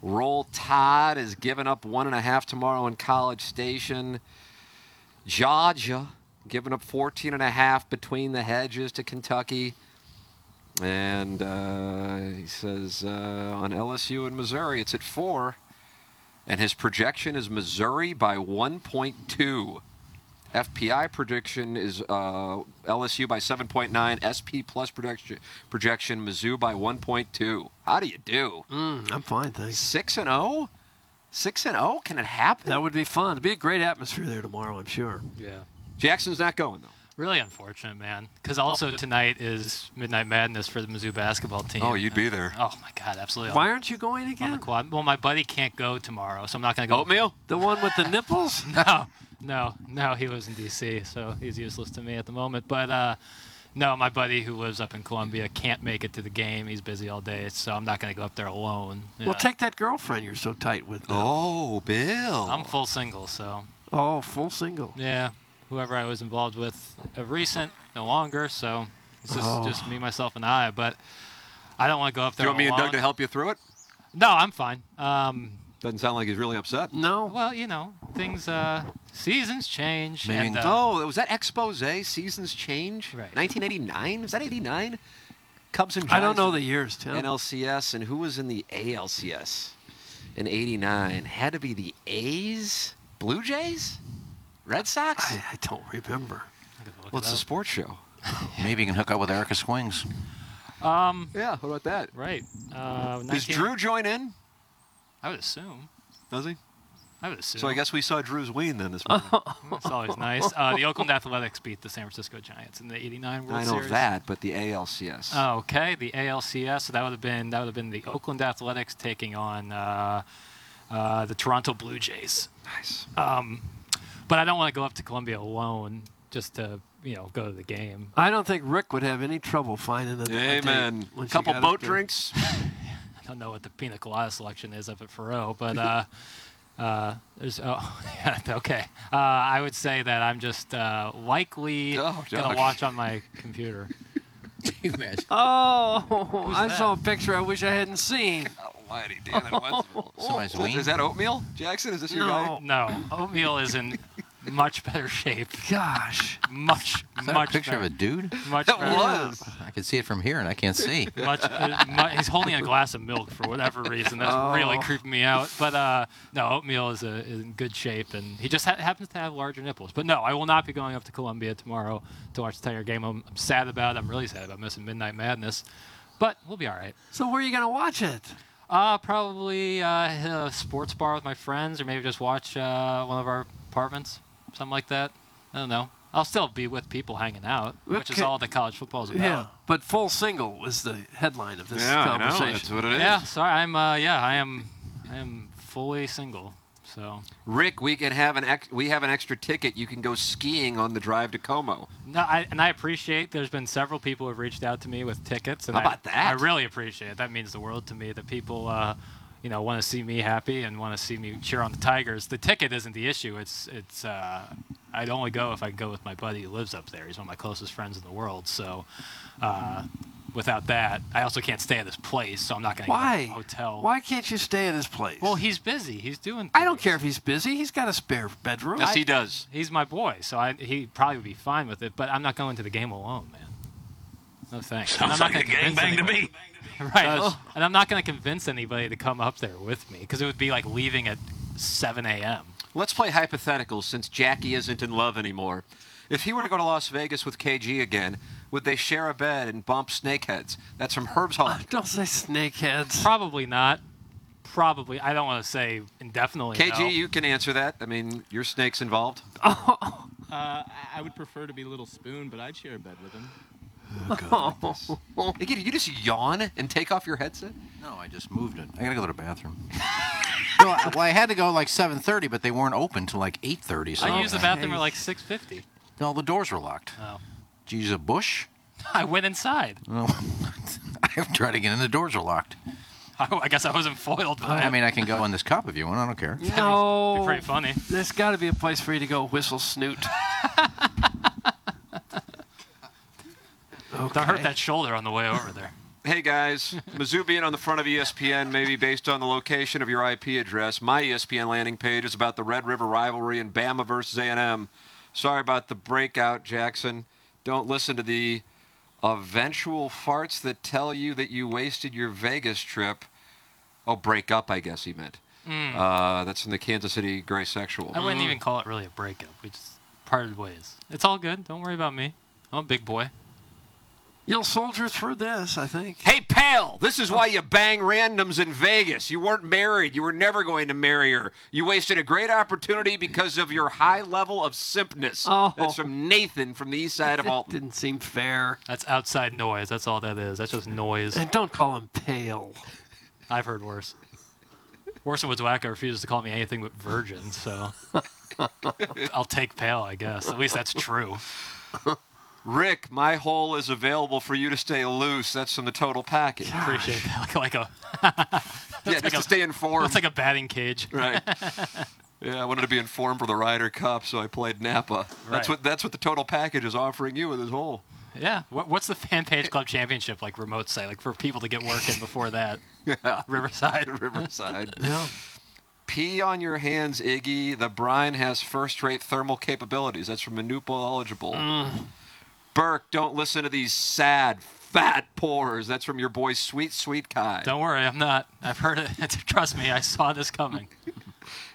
Roll Tide is giving up one and a half tomorrow in College Station. Georgia giving up 14 and a half between the hedges to Kentucky. And uh, he says uh, on LSU and Missouri, it's at four. And his projection is Missouri by 1.2. FPI prediction is uh, LSU by 7.9. SP plus projection, projection Mizzou by 1.2. How do you do? Mm, I'm fine, thanks. Six and zero. Six and zero. Can it happen? That would be fun. It'd be a great atmosphere there tomorrow, I'm sure. Yeah. Jackson's not going though. Really unfortunate, man. Because also tonight is Midnight Madness for the Mizzou basketball team. Oh, you'd be there. Oh my God, absolutely. Why aren't you going on the again? quad? Well, my buddy can't go tomorrow, so I'm not gonna go. Oatmeal? The one with the nipples? No, no, no. He lives in D.C., so he's useless to me at the moment. But uh, no, my buddy who lives up in Columbia can't make it to the game. He's busy all day, so I'm not gonna go up there alone. Well, Yeah. take that girlfriend you're so tight with. now. Oh, Bill. I'm full single, so Oh, full single. yeah. Whoever I was involved with of recent, no longer. So it's just, Oh. just me, myself, and I. But I don't want to go up Do there. you want me and Doug alone. to help you through it? No, I'm fine. Um, Doesn't sound like he's really upset. No. Well, you know, things, uh, seasons change. Maybe- and, uh, Oh, was that expose? Seasons change. Right. 1989. Was that 89? Cubs and I don't Giants know in the years, Tim. NLCS and who was in the ALCS in '89? Had to be the A's, Blue Jays, Red Sox. I, I don't remember. well, it's a sports show. Maybe you can hook up with Erica Swings. Um, Yeah. What about that? right. Uh, Does 19 Drew join in? I would assume. Does he? I would assume. So I guess we saw Drew's wean then this morning. It's always nice. Uh, the Oakland Athletics beat the San Francisco Giants in the '89 World I know Series. that, but the ALCS. Oh, okay, the ALCS. So that would have been that would have been the Oakland Athletics taking on uh, uh, the Toronto Blue Jays. nice. Um, but I don't want to go up to Columbia alone just to you know go to the game. I don't think Rick would have any trouble finding a, a Amen. date once you couple got up boat there. drinks. I don't know what the pina colada selection is up at Faroe, but uh, uh, there's oh yeah okay. Uh, I would say that I'm just uh, likely Oh, gonna Doug. watch on my computer. you imagine? Oh, Who's I that? saw a picture I wish I hadn't seen. Almighty damn it! What's- Oh, Somebody's Is ween? that oatmeal, Jackson? Is this your No. guy? No, oatmeal is in much better shape. Gosh, much Is that much a picture better. of a dude? Much That better. was. I can see it from here, and I can't see. Much, uh, mu- he's holding a glass of milk for whatever reason. That's Oh. really creeping me out. But uh, no, oatmeal is, uh is in good shape, and he just ha- happens to have larger nipples. But no, I will not be going up to Columbia tomorrow to watch the entire game. I'm, I'm sad about. it. I'm really sad about missing Midnight Madness, but we'll be all right. So where are you gonna watch it? Uh, probably uh, a sports bar with my friends, or maybe just watch uh, one of our apartments, something like that. I don't know. I'll still be with people hanging out, which is Okay. all that college football is about. Yeah, but full single was the headline of this conversation. Yeah, sorry, I'm. Uh, yeah, I am. I am fully single. So Rick, we can have an ex- we have an extra ticket. You can go skiing on the drive to Como. no, I, and I appreciate. There's been several people who have reached out to me with tickets, and How I- about that? I really appreciate it. That means the world to me that people, uh, you know, want to see me happy and want to see me cheer on the Tigers. The ticket isn't the issue. It's it's. Uh, I'd only go if I go with my buddy who lives up there. He's one of my closest friends in the world. So, uh, without that, I also can't stay at this place. So I'm not going to Why? get a hotel. Why can't you stay at his place? Well, he's busy. He's doing. I don't care if he's busy. He's got a spare bedroom. I- He's my boy, so I, he probably would be fine with it. But I'm not going to the game alone, man. No thanks. And Sounds I'm not like a gonna convince gangbang to anybody- Right. And I'm not going to convince anybody to come up there with me because it would be like leaving at 7 a.m. Let's play hypotheticals since Jackie isn't in love anymore. If he were to go to Las Vegas with KG again, would they share a bed and bump snakeheads? That's from Herb's Haunt. Don't say snakeheads. Probably not. Probably. I don't want to say indefinitely. KG, no. you can answer that. I mean, your snake's involved. Uh, I- I would prefer to be Little Spoon, but I'd share a bed with him. Again, you just yawn and take off your headset? No, I just moved it. I gotta go to the bathroom. no, I, well, I had to go at like 7:30, but they weren't open till like 8:30. So I used the bathroom at like 6:50. No, the doors were locked. Oh. Did you use a bush? I went inside. No. I tried to get in. The doors were locked. I, I guess I wasn't foiled by that. I mean, I can go in this cup if you want. I don't care. No. Be pretty funny. There's got to be a place for you to go whistle snoot. Don't hurt that shoulder on the way over there. Hey guys, Mizzou being on the front of E ESPN may be based on the location of your IP address. My E ESPN landing page is about the Red River rivalry and Bama versus A&M. Sorry about the breakout, Jackson. Don't listen to the eventual farts that tell you that you wasted your Vegas trip. Oh, break up, I guess he meant. Mm. Uh, that's in the Kansas City Gray Sexual. I wouldn't even call it really a breakup. We just parted ways. It's all good. Don't worry about me. I'm a big boy. You'll soldier through this, I think. Hey, pal, this is why you bang randoms in Vegas. You weren't married. You were never going to marry her. You wasted a great opportunity because of your high level of simpness. Oh. That's from Nathan from the east side of Alton. Didn't seem fair. That's outside noise. That's all that is. That's just noise. And don't call him pale. I've heard worse. Orson Woods Wacko refuses to call me anything but virgin, so I'll take pale, I guess. At least that's true. Rick, my hole is available for you to stay loose. That's from the total package. Appreciate that. Like, like a Yeah, just to stay informed. It's like a batting cage. Right. Yeah, I wanted to be informed for the Ryder Cup, so I played Napa. That's Right. what that's what the total package is offering you with his hole. yeah. What, what's the fan page club championship like remote site like for people to get work in before that? Yeah. Riverside. Riverside. Pee on your hands, Iggy. The brine has first rate thermal capabilities. That's from Manupa Eligible. Mm. Burke, don't listen to these sad, fat pores. That's from your boy, Sweet Sweet Kai. Don't worry, I'm not. I've heard it. Trust me, I saw this coming.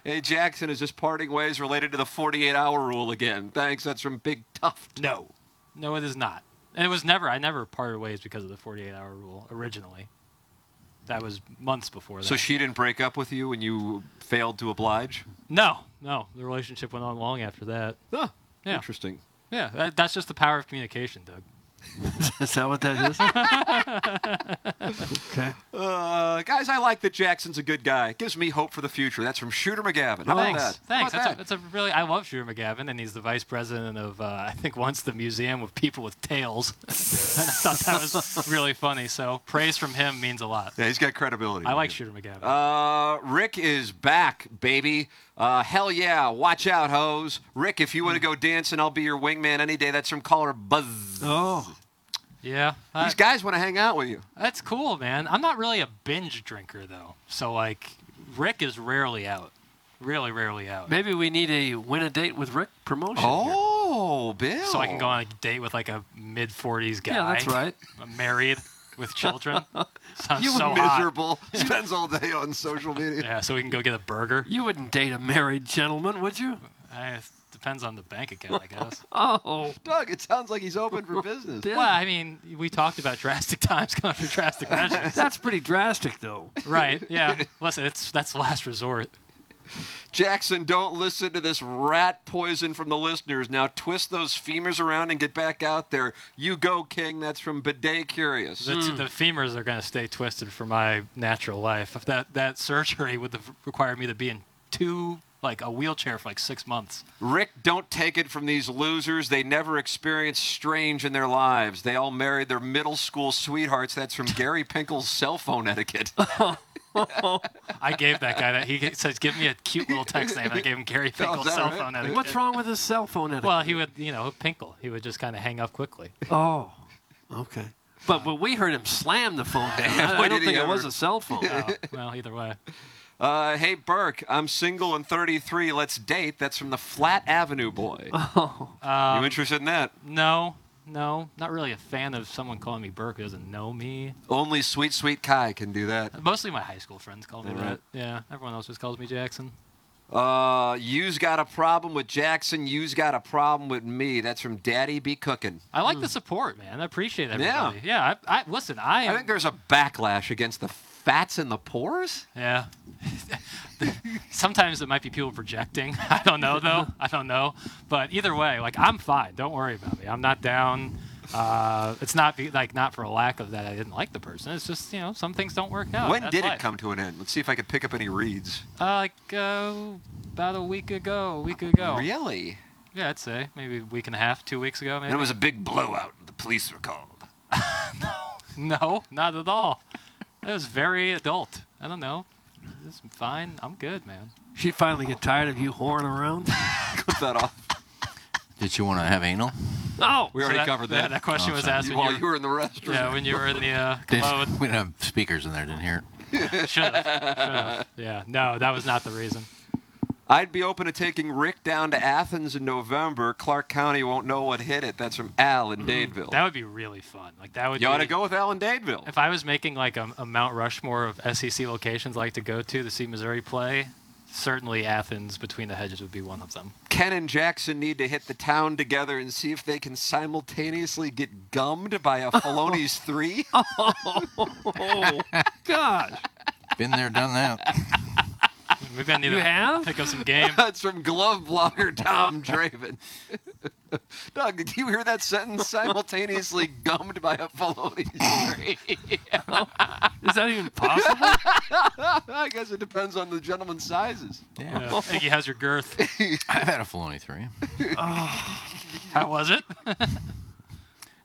Hey, Jackson, is this parting ways related to the 48 hour rule again? Thanks. That's from Big Tuft. No. No, it is not. And it was never. I never parted ways because of the 48-hour rule originally. That was months before that. So she didn't break up with you when you failed to oblige? no, no, the relationship went on long after that. Huh. Yeah. Interesting. Yeah, that, that's just the power of communication, Doug. is that what that is? okay. Uh, guys, I like that Jackson's a good guy. Gives me hope for the future. That's from Shooter McGavin. How about thanks, that? How about thanks. That's a, that? that's a really. I love Drew McGavin, and he's the vice president of uh, I think once the Museum of People with Tails. and I thought that was really funny. So praise from him means a lot. Yeah, he's got credibility. I like Shooter McGavin. Uh, Rick is back, baby. Uh, hell yeah. Watch out, hoes. Rick, if you want to go dancing, I'll be your wingman any day. That's from caller Buzz. Oh. Yeah. These guys want to hang out with you. That's cool, man. I'm not really a binge drinker though. So like Rick is rarely out. really rarely out. Maybe we need a win a date with Rick promotion. Oh, Bill. So I can go on a date with like a mid 40s guy. Yeah, that's right. I'm married with children. Sounds you so hot. miserable. Spends all day on social media. Yeah, so we can go get a burger. You wouldn't date a married gentleman, would you? Uh, it depends on the bank account, I guess. oh, Doug, it sounds like he's open for business. Well, I mean, we talked about drastic times going for drastic measures. That's pretty drastic, though. right? Yeah. Listen, it's that's the last resort. Jackson, don't listen to this rat poison from the listeners. Now twist those femurs around and get back out there. You go, King. That's from Bidet Curious. The, the femurs are going to stay twisted for my natural life. If that that surgery would have required me to be in two like a wheelchair for like six months. Rick, don't take it from these losers. They never experienced strange in their lives. They all married their middle school sweethearts. That's from Gary Pinkel's cell phone etiquette. I gave that guy that. He says, "Give me a cute little text name." And I gave him Gary Oh, is Pinkel's that cell right? phone etiquette. What's wrong with his cell phone etiquette? Well, he would, you know, Pinkle. He would just kind of hang up quickly. Oh, okay. But but we heard him slam the phone down. I, I Boy, don't did he think it was ever. a cell phone. No. Well, either way. Uh, hey, Burke, I'm single and 33. Let's date. That's from the Flat Avenue Boy. you interested in that? No, no, not really a fan of someone calling me Burke who doesn't know me. Only Sweet Sweet Kai can do that. Mostly my high school friends call me All right. that. Yeah, everyone else just calls me Jackson. Uh, you's got a problem with Jackson. You's got a problem with me. That's from Daddy Be Cooking. I like the support, man. I appreciate Yeah. everybody. Yeah, I, I listen. I am, I think there's a backlash against the fats and the pores. yeah. Sometimes it might be people projecting. I don't know though. I don't know. But either way, like I'm fine. Don't worry about me. I'm not down. Uh, it's not be, like not for a lack of that I didn't like the person. It's just you know some things don't work out. when That's did life. it come to an end? Let's see if I could pick up any reads. Uh, like uh, about a week ago. A week ago. Uh, Really? Yeah, I'd say maybe a week and a half, two weeks ago, maybe. And it was a big blowout. The police were called. no, not at all. It was very adult. I don't know. It's fine. I'm good, man. She finally get tired of you whoring around. Cut that off. Did you want to have anal? Oh, We So already that- covered yeah, that. that question Oh, was sorry. asked when While you you were in the restroom. yeah when you were in the uh, Did, commode. we didn't have speakers in there. Didn't hear it. Should have. Should have. Yeah. No, that was not the reason. I'd be open to taking Rick down to Athens in November. Clark County won't know what hit it. That's from Al in Dadeville. Mm-hmm. That would be really fun. Like that would. you be, ought to go with Al in Dadeville. If I was making like a, a Mount Rushmore of SEC locations like to go to to see Missouri play, certainly Athens between the hedges would be one of them. Ken and Jackson need to hit the town together and see if they can simultaneously get gummed by a Felonies 3. Oh gosh. Been there, done that. Maybe I need You to have? pick up some game. That's from glove blogger Tom Draven. Doug, did you hear that sentence? Simultaneously gummed by a Felonies 3. Is that even possible? I guess it depends on the gentleman's sizes. Yeah. I think he has your girth. I've had a Filoni three. Oh. How was it?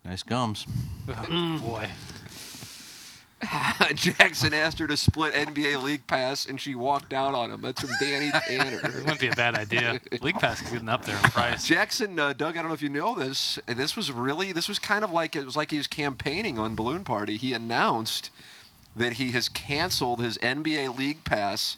Nice gums. Boy. Jackson asked her to split NBA league pass, and she walked out on him. That's from Danny It Tanner. wouldn't be a bad idea. League Pass is getting up there in price. Jackson, uh, Doug, I don't know if you know this. This was really, this was kind of like it was like he was campaigning on Balloon Party. He announced that he has canceled his NBA league pass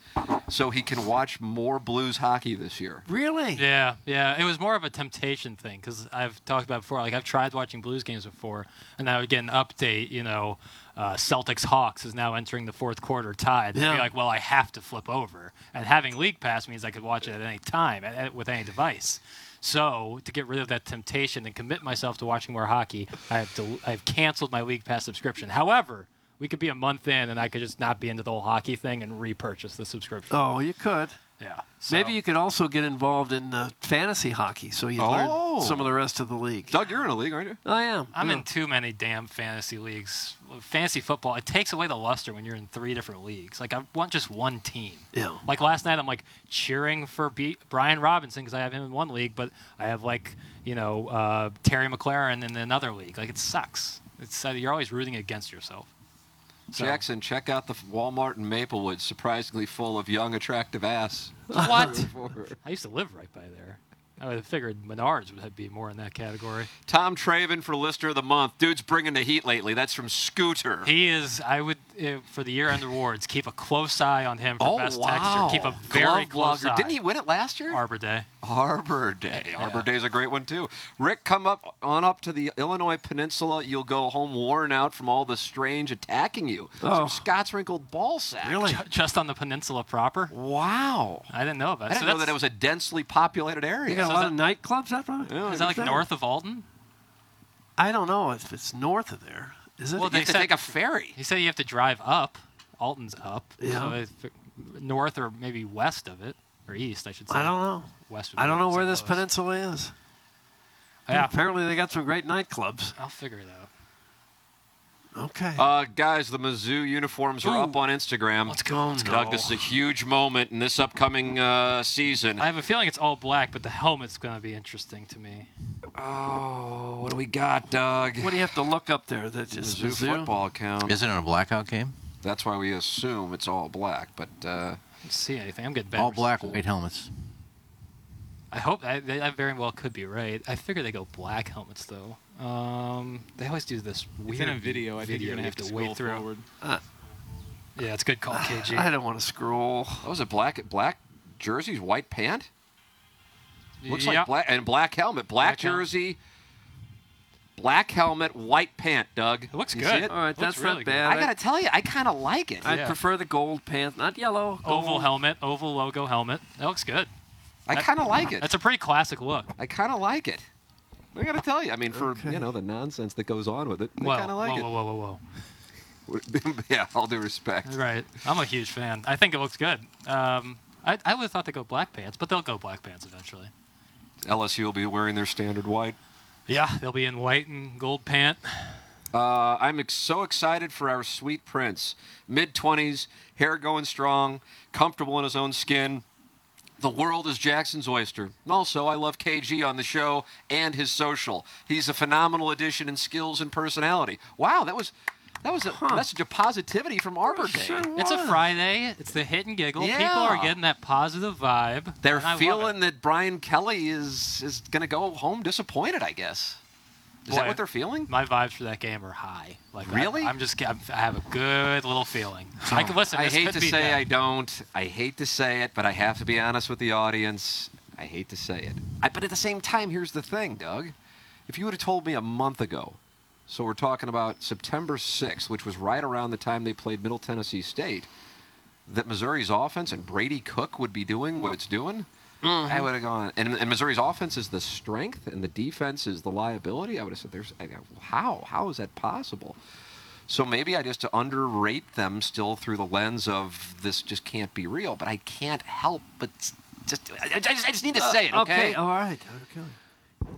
so he can watch more Blues hockey this year. really? Yeah, yeah. It was more of a temptation thing because I've talked about before. Like I've tried watching Blues games before, and I would get an update. You know, uh, Celtics Hawks is now entering the fourth quarter tied. And I'd Yeah. be like, well, I have to flip over. And having League Pass means I could watch it at any time at, at- with any device. So to get rid of that temptation and commit myself to watching more hockey, I have del- I've canceled my League Pass subscription. However. We could be a month in, and I could just not be into the whole hockey thing and repurchase the subscription. Oh, you could. Yeah. Maybe so- you could also get involved in uh, fantasy hockey, so you Oh. learn some of the rest of the league. Doug, you're in a league, aren't you? I am. I'm Hmm. yeah. in too many damn fantasy leagues. Fantasy football, it takes away the luster when you're in three different leagues. Like, I want just one team. Yeah. Like, last night, I'm like cheering for B- Brian Robinson because I have him in one league, but I have, like, you know, uh, Terry McLaren in another league. Like, it sucks. It's uh, You're always rooting against yourself. So- Jackson, check out the Walmart in Maplewood, surprisingly full of young, attractive ass. What? I used to live right by there. I would have figured Menards would be more in that category. Tom Traven for Lister of the Month. Dude's bringing the heat lately. That's from Scooter. He is. I would. uh, for the year-end awards, keep a close eye on him for Oh, best wow. texture. Keep a very Glove close blogger. eye. Didn't he win it last year? Arbor Day. Arbor Day. Arbor Day's a great one too. Rick, come up on up to the Illinois Peninsula. You'll go home worn out from all the strange attacking you. Oh. Some Scott's wrinkled ball sack. Really? Just on the peninsula proper? Wow. I didn't know I about. didn't know that it was a densely populated area. You got a So lot is of that- nightclubs out from it? Yeah, Is that like north of Alton? I don't know if it's north of there. Is it? Well, they said- ferry. He said you have to drive up. Alton's up. So Yeah. if, north or maybe west of it, or east, I should say. I don't know. West. would I be don't know so where this close. peninsula is. Yeah. Apparently, they got some great nightclubs. I'll figure it out. Okay. Uh, guys, the Mizzou uniforms are up on Instagram. Let's go. Let's go. Doug, this is a huge moment in this upcoming uh, season. I have a feeling it's all black, but the helmet's going to be interesting to me. Oh, what do we got, Doug? What do you have to look up there? That just Mizzou Mizzou? football account. Isn't it a blackout game? That's why we assume it's all black. But uh, see anything. I'm getting All better black, white helmets. I hope I, they- I very well could be right. I figure they go black helmets though. Um, they always do this It's weird in a video. I think video you're gonna you have to wade scroll through. forward. Uh, yeah, it's a good call, KG. I don't want to scroll. That was a black black jerseys, white pant. Looks Yeah. like black and black helmet, black, Black helmet. jersey, black helmet, white pant. Doug, it looks good. All right, that's not bad. I gotta tell you, I kind of like it. I prefer the gold pants, not yellow. Oval gold. helmet, oval logo helmet. That looks good. I That- kinda like it. That's a pretty classic look. I kind of like it. I gotta tell you, I mean, for you know the nonsense that goes on with it, I Whoa, kind of like whoa, it. whoa, whoa, whoa, yeah, all due respect. whoa. Right. I'm a huge fan. I think it looks good. Um, I, I would have thought they'd go black pants, but they'll go black pants eventually. LSU will be wearing their standard white. Yeah, they'll be in white and gold pant. Uh, I'm ex- so excited for our sweet prince. Mid 20s, hair going strong, comfortable in his own skin. The world is Jackson's oyster. Also, I love KG on the show and his social. He's a phenomenal addition in skills and personality. Wow, that was that was a message of positivity from Arbor Day. It's a Friday. It's the hit and giggle. People Yeah. are getting that positive vibe. They're and I love it. feeling that Brian Kelly is is going to go home disappointed, I guess. Is that Boy, what they're feeling? My vibes for that game are high. Like I- Really? Oh, I'm just. I'm, I have a good little feeling. I can listen. I this hate could to be say them. I don't. I hate to say it, but I have to be honest with the audience. I hate to say it. I, but at the same time, here's the thing, Doug. If you would have told me a month ago, so we're talking about September 6th, which was right around the time they played Middle Tennessee State, that Missouri's offense and Brady Cook would be doing what it's doing, Mm-hmm. I would have gone. And, and Missouri's offense is the strength, and the defense is the liability. I would have said, "There's I, how? How is that possible?" So maybe I just underrate them still through the lens of this just can't be real. But I can't help but s- just I, I just, I just need to say it. Uh, Okay. All right. Okay.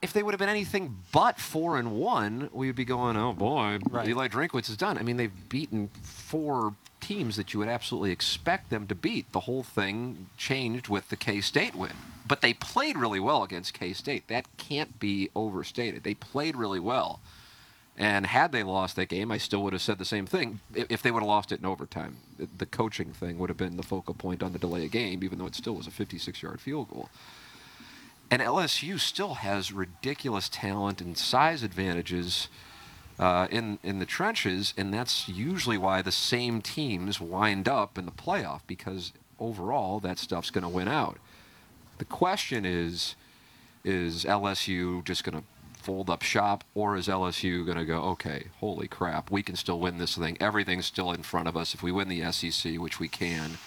If they would have been anything but four and one, we would be going, "Oh boy, Eli Drinkwitz is done." I mean, they've beaten four teams that you would absolutely expect them to beat. The whole thing changed with the K-State win. But they played really well against K-State. That can't be overstated. They played really well. And had they lost that game, I still would have said the same thing. I- If they would have lost it in overtime, The- the coaching thing would have been the focal point on the delay of game, even though it still was a 56-yard field goal. And LSU still has ridiculous talent and size advantages uh, in in the trenches, and that's usually why the same teams wind up in the playoff because overall that stuff's going to win out. The question is, is LSU just going to fold up shop, or is LSU going to go, okay, holy crap, we can still win this thing. Everything's still in front of us. If we win the SEC, which we can,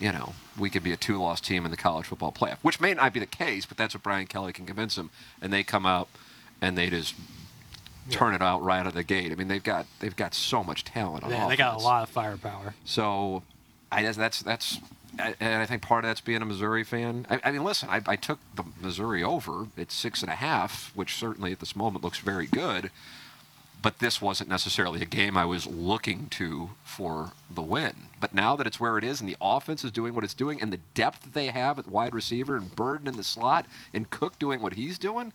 you know, we could be a two-loss team in the college football playoff, which may not be the case, but that's what Brian Kelly can convince them. And they come out and they just turn it out right out of the gate. I mean, they've got they've got so much talent. On Yeah, they got a offense. lot of firepower. So, I guess that's that's, I- and I think part of that's being a Missouri fan. I, I mean, listen, I, I took the Missouri over at six and a half, which certainly at this moment looks very good. But this wasn't necessarily a game I was looking to for the win. But now that it's where it is, and the offense is doing what it's doing, and the depth that they have at wide receiver, and Burden in the slot, and Cook doing what he's doing,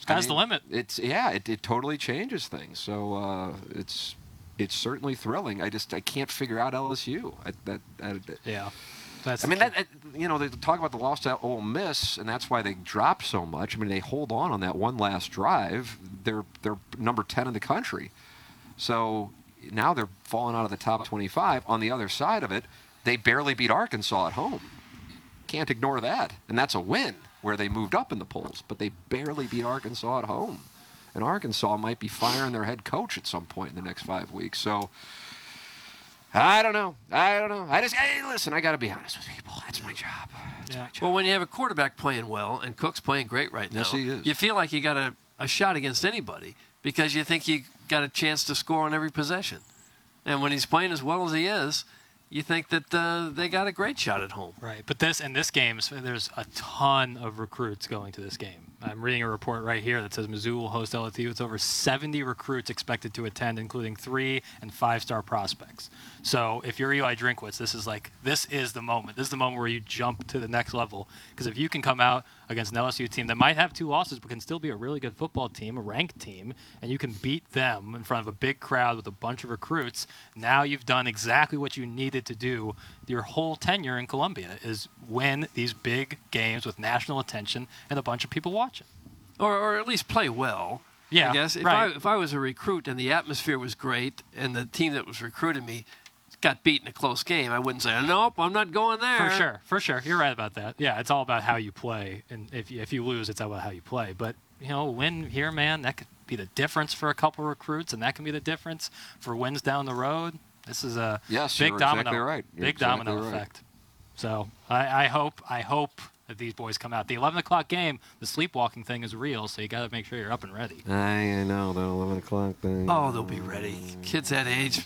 Sky's the limit. It's yeah, it, it totally changes things. So uh, it's it's certainly thrilling. I just I can't figure out LSU. I, that, I, yeah, that's. I mean that, that- you know they talk about the loss to Ole Miss, and that's why they dropped so much. I mean they hold on on that one last drive. They're they're number ten in the country. So now they're falling out of the top 25. On the other side of it, they barely beat Arkansas at home. Can't ignore that. And that's a win where they moved up in the polls, but they barely beat Arkansas at home. And Arkansas might be firing their head coach at some point in the next five weeks. So I don't know. I don't know. I just, hey, listen, I got to be honest with people. That's my job. Yeah. Well, when you have a quarterback playing well and Cook's playing great right now, Yes, he is. you feel like you got a, a shot against anybody because you think you got a chance to score on every possession. And when he's playing as well as he is, you think that uh, they got a great shot at home. Right, but this in this game, so there's a ton of recruits going to this game. I'm reading a report right here that says Mizzou will host LSU with over 70 recruits expected to attend, including three and five-star prospects. So if you're Eli Drinkwitz, this is like this is the moment. This is the moment where you jump to the next level because if you can come out against an LSU team that might have two losses but can still be a really good football team, a ranked team, and you can beat them in front of a big crowd with a bunch of recruits, now you've done exactly what you needed to do your whole tenure in Columbia is win these big games with national attention and a bunch of people watching. Or, or at least play well. Yeah, I guess if, right. I, if I was a recruit and the atmosphere was great and the team that was recruiting me got beat in a close game, I wouldn't say, nope, I'm not going For there. sure, for sure. You're right about that. Yeah, it's all about how you play, and if you, if you lose, it's about how you play. But you know, a win here, man, that could be the difference for a couple recruits, and that can be the difference for wins down the road. This is a Yes, big you're domino, exactly right. You're big exactly domino right. effect. So I, I hope, I hope that these boys come out. The 11 o'clock game, the sleepwalking thing is real, so you got to make sure you're up and ready. I know, the 11 o'clock thing. Oh, they'll be ready. Kids that age,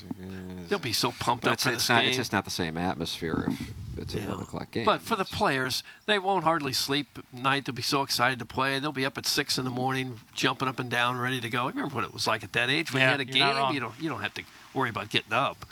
they'll be so pumped But up it's, for it's this not, game. it's just not the same atmosphere if it's an 11 o'clock game. But for the players, they won't hardly sleep at night. They'll be so excited to play. They'll be up at six in the morning, jumping up and down, ready to go. I remember what it was like at that age when Yeah, you had a you're not game. wrong. You don't, you don't have to worry about getting up.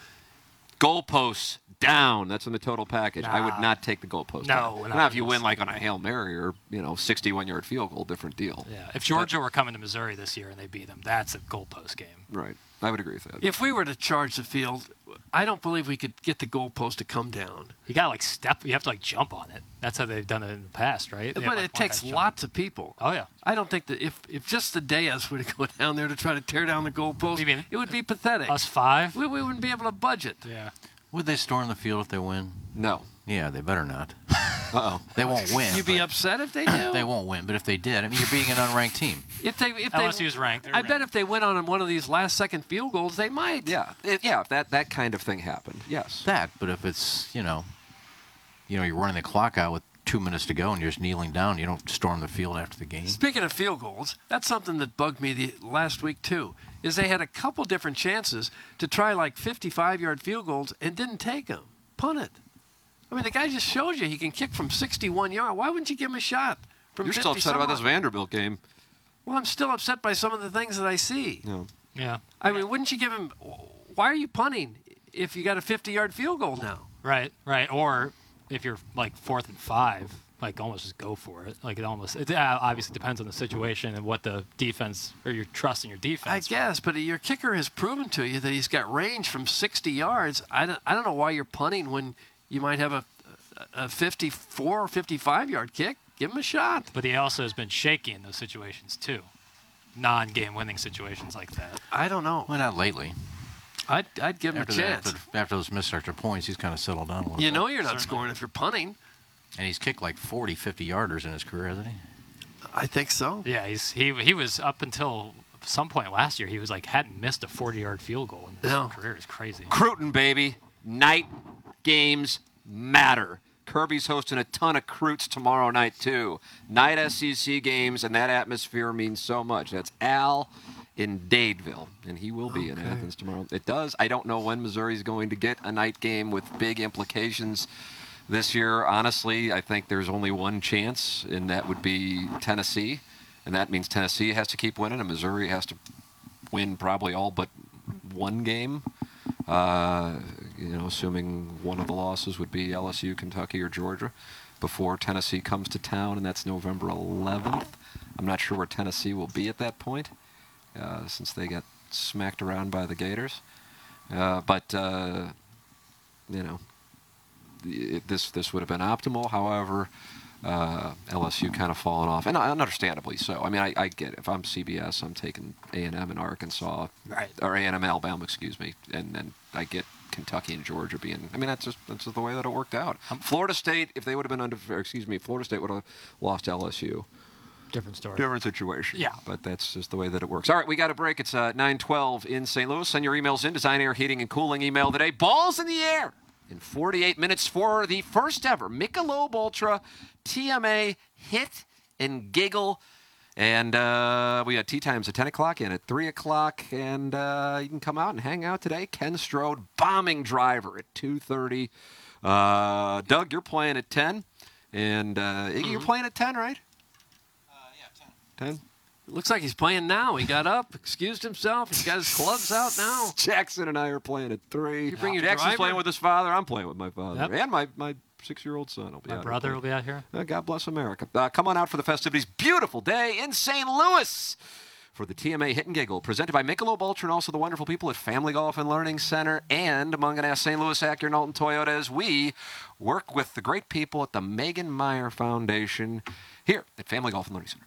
goalposts down. That's in the total package. I would Nah. not take the goalpost. No, down. we're not now if you gonna win like on a hail mary or you know 61 yard field goal, different deal. Yeah, if Georgia were coming to Missouri this year and they beat them, that's a goalpost game. Right, I would agree with that. If we were to charge the field, I don't believe we could get the goalpost to come down. You got to like step. You have to like jump on it. That's how they've done it in the past, right? They have, but like, it one takes guy jump. lots of people. Oh yeah. I don't think that if, if just the Deas were to go down there to try to tear down the goalpost, it would be pathetic. Us five, we, we wouldn't be able to budget. Yeah. Would they storm the field if they win? No. Yeah, they better not. Uh-oh. They won't win. You'd be upset if they do. but They won't win, but if they did, I mean, you're beating an unranked team. If they, if LSU they, is ranked. I bet if they went on one of these last-second field goals, they might. Yeah, If- yeah. If that that kind of thing happened, yes. That, but if it's you know, you know, you're running the clock out with two minutes to go and you're just kneeling down, you don't storm the field after the game. Speaking of field goals, that's something that bugged me the, last week too. Is they had a couple different chances to try like 55-yard field goals and didn't take them. Punt it. I mean, the guy just showed you he can kick from 61 yard. Why wouldn't you give him a shot? From You're still 50 upset about this somewhat? Vanderbilt game. Well, I'm still upset by some of the things that I see. No. Yeah. I mean, wouldn't you give him? Why are you punting if you got a 50-yard field goal now? Right, right. Or if you're like fourth and five, like almost just go for it. Like it almost. It uh, obviously depends on the situation and what the defense or your trust in your defense. I guess, but your kicker has proven to you that he's got range from 60 yards. I don't, I don't know why you're punting when you might have a, a 54 or 55 yard kick. Give him a shot. But he also has been shaky in those situations too, non-game winning situations like that. I don't know. Well, not lately. I'd, I'd give him after a that, chance. but after those missed extra points, he's kind of settled down a little. You bit. know you're not scoring if you're punting. And he's kicked like 40, 50 yarders in his career, hasn't he? I think so. Yeah, he's he he was up until some point last year. He was like hadn't missed a 40-yard field goal in his No. career. It's crazy. Cruton, baby. Night games matter. Kirby's hosting a ton of Croots tomorrow night, too. Night SEC games, and that atmosphere means so much. That's Al in Dadeville, and he will be in Athens tomorrow. It does. I don't know when Missouri's going to get a night game with big implications this year. Honestly, I think there's only one chance, and that would be Tennessee. And that means Tennessee has to keep winning, and Missouri has to win probably all but one game. Uh, you know, assuming one of the losses would be LSU, Kentucky, or Georgia, before Tennessee comes to town, and that's November 11th. I'm not sure where Tennessee will be at that point, uh, since they got smacked around by the Gators. Uh, but uh, you know, the- it, this this would have been optimal. However, uh, LSU kind of falling off, and, and understandably so. I mean, I, I get it. if I'm CBS, I'm taking A and M and Arkansas, right. or A and M Alabama, excuse me, and and I get Kentucky and Georgia being. I mean, that's just that's just the way that it worked out. Florida State, if they would have been under, or excuse me, Florida State would have lost LSU. Different story. Different situation. Yeah. But that's just the way that it works. All right, we got a break. It's uh, 912 in St. Louis. Send your emails in. Design Air Heating and Cooling email of the day. Balls in the air in 48 minutes for the first ever Michelob Ultra TMA hit and giggle. And uh, we got tea times at 10 o'clock and at 3 o'clock. And uh, you can come out and hang out today. Ken Strode, bombing driver at 2.30. Uh, Doug, you're playing at 10. And uh, Iggy, Mm-hmm. you're playing at 10, right? 10? Looks like he's playing now. He got up, excused himself. He's got his gloves out now. Jackson and I are playing at three. You bring your Jackson's driver? playing with his father. I'm playing with my father. Yep. And my, my six year old son will be My out. brother will be out here. Uh, God bless America. Uh, come on out for the festivities. Beautiful day in St. Louis for the TMA Hit and Giggle, presented by Michelob Ultra and also the wonderful people at Family Golf and Learning Center and Munganess St. Louis Acura Knowlton Toyota as we work with the great people at the Megan Meyer Foundation here at Family Golf and Learning Center.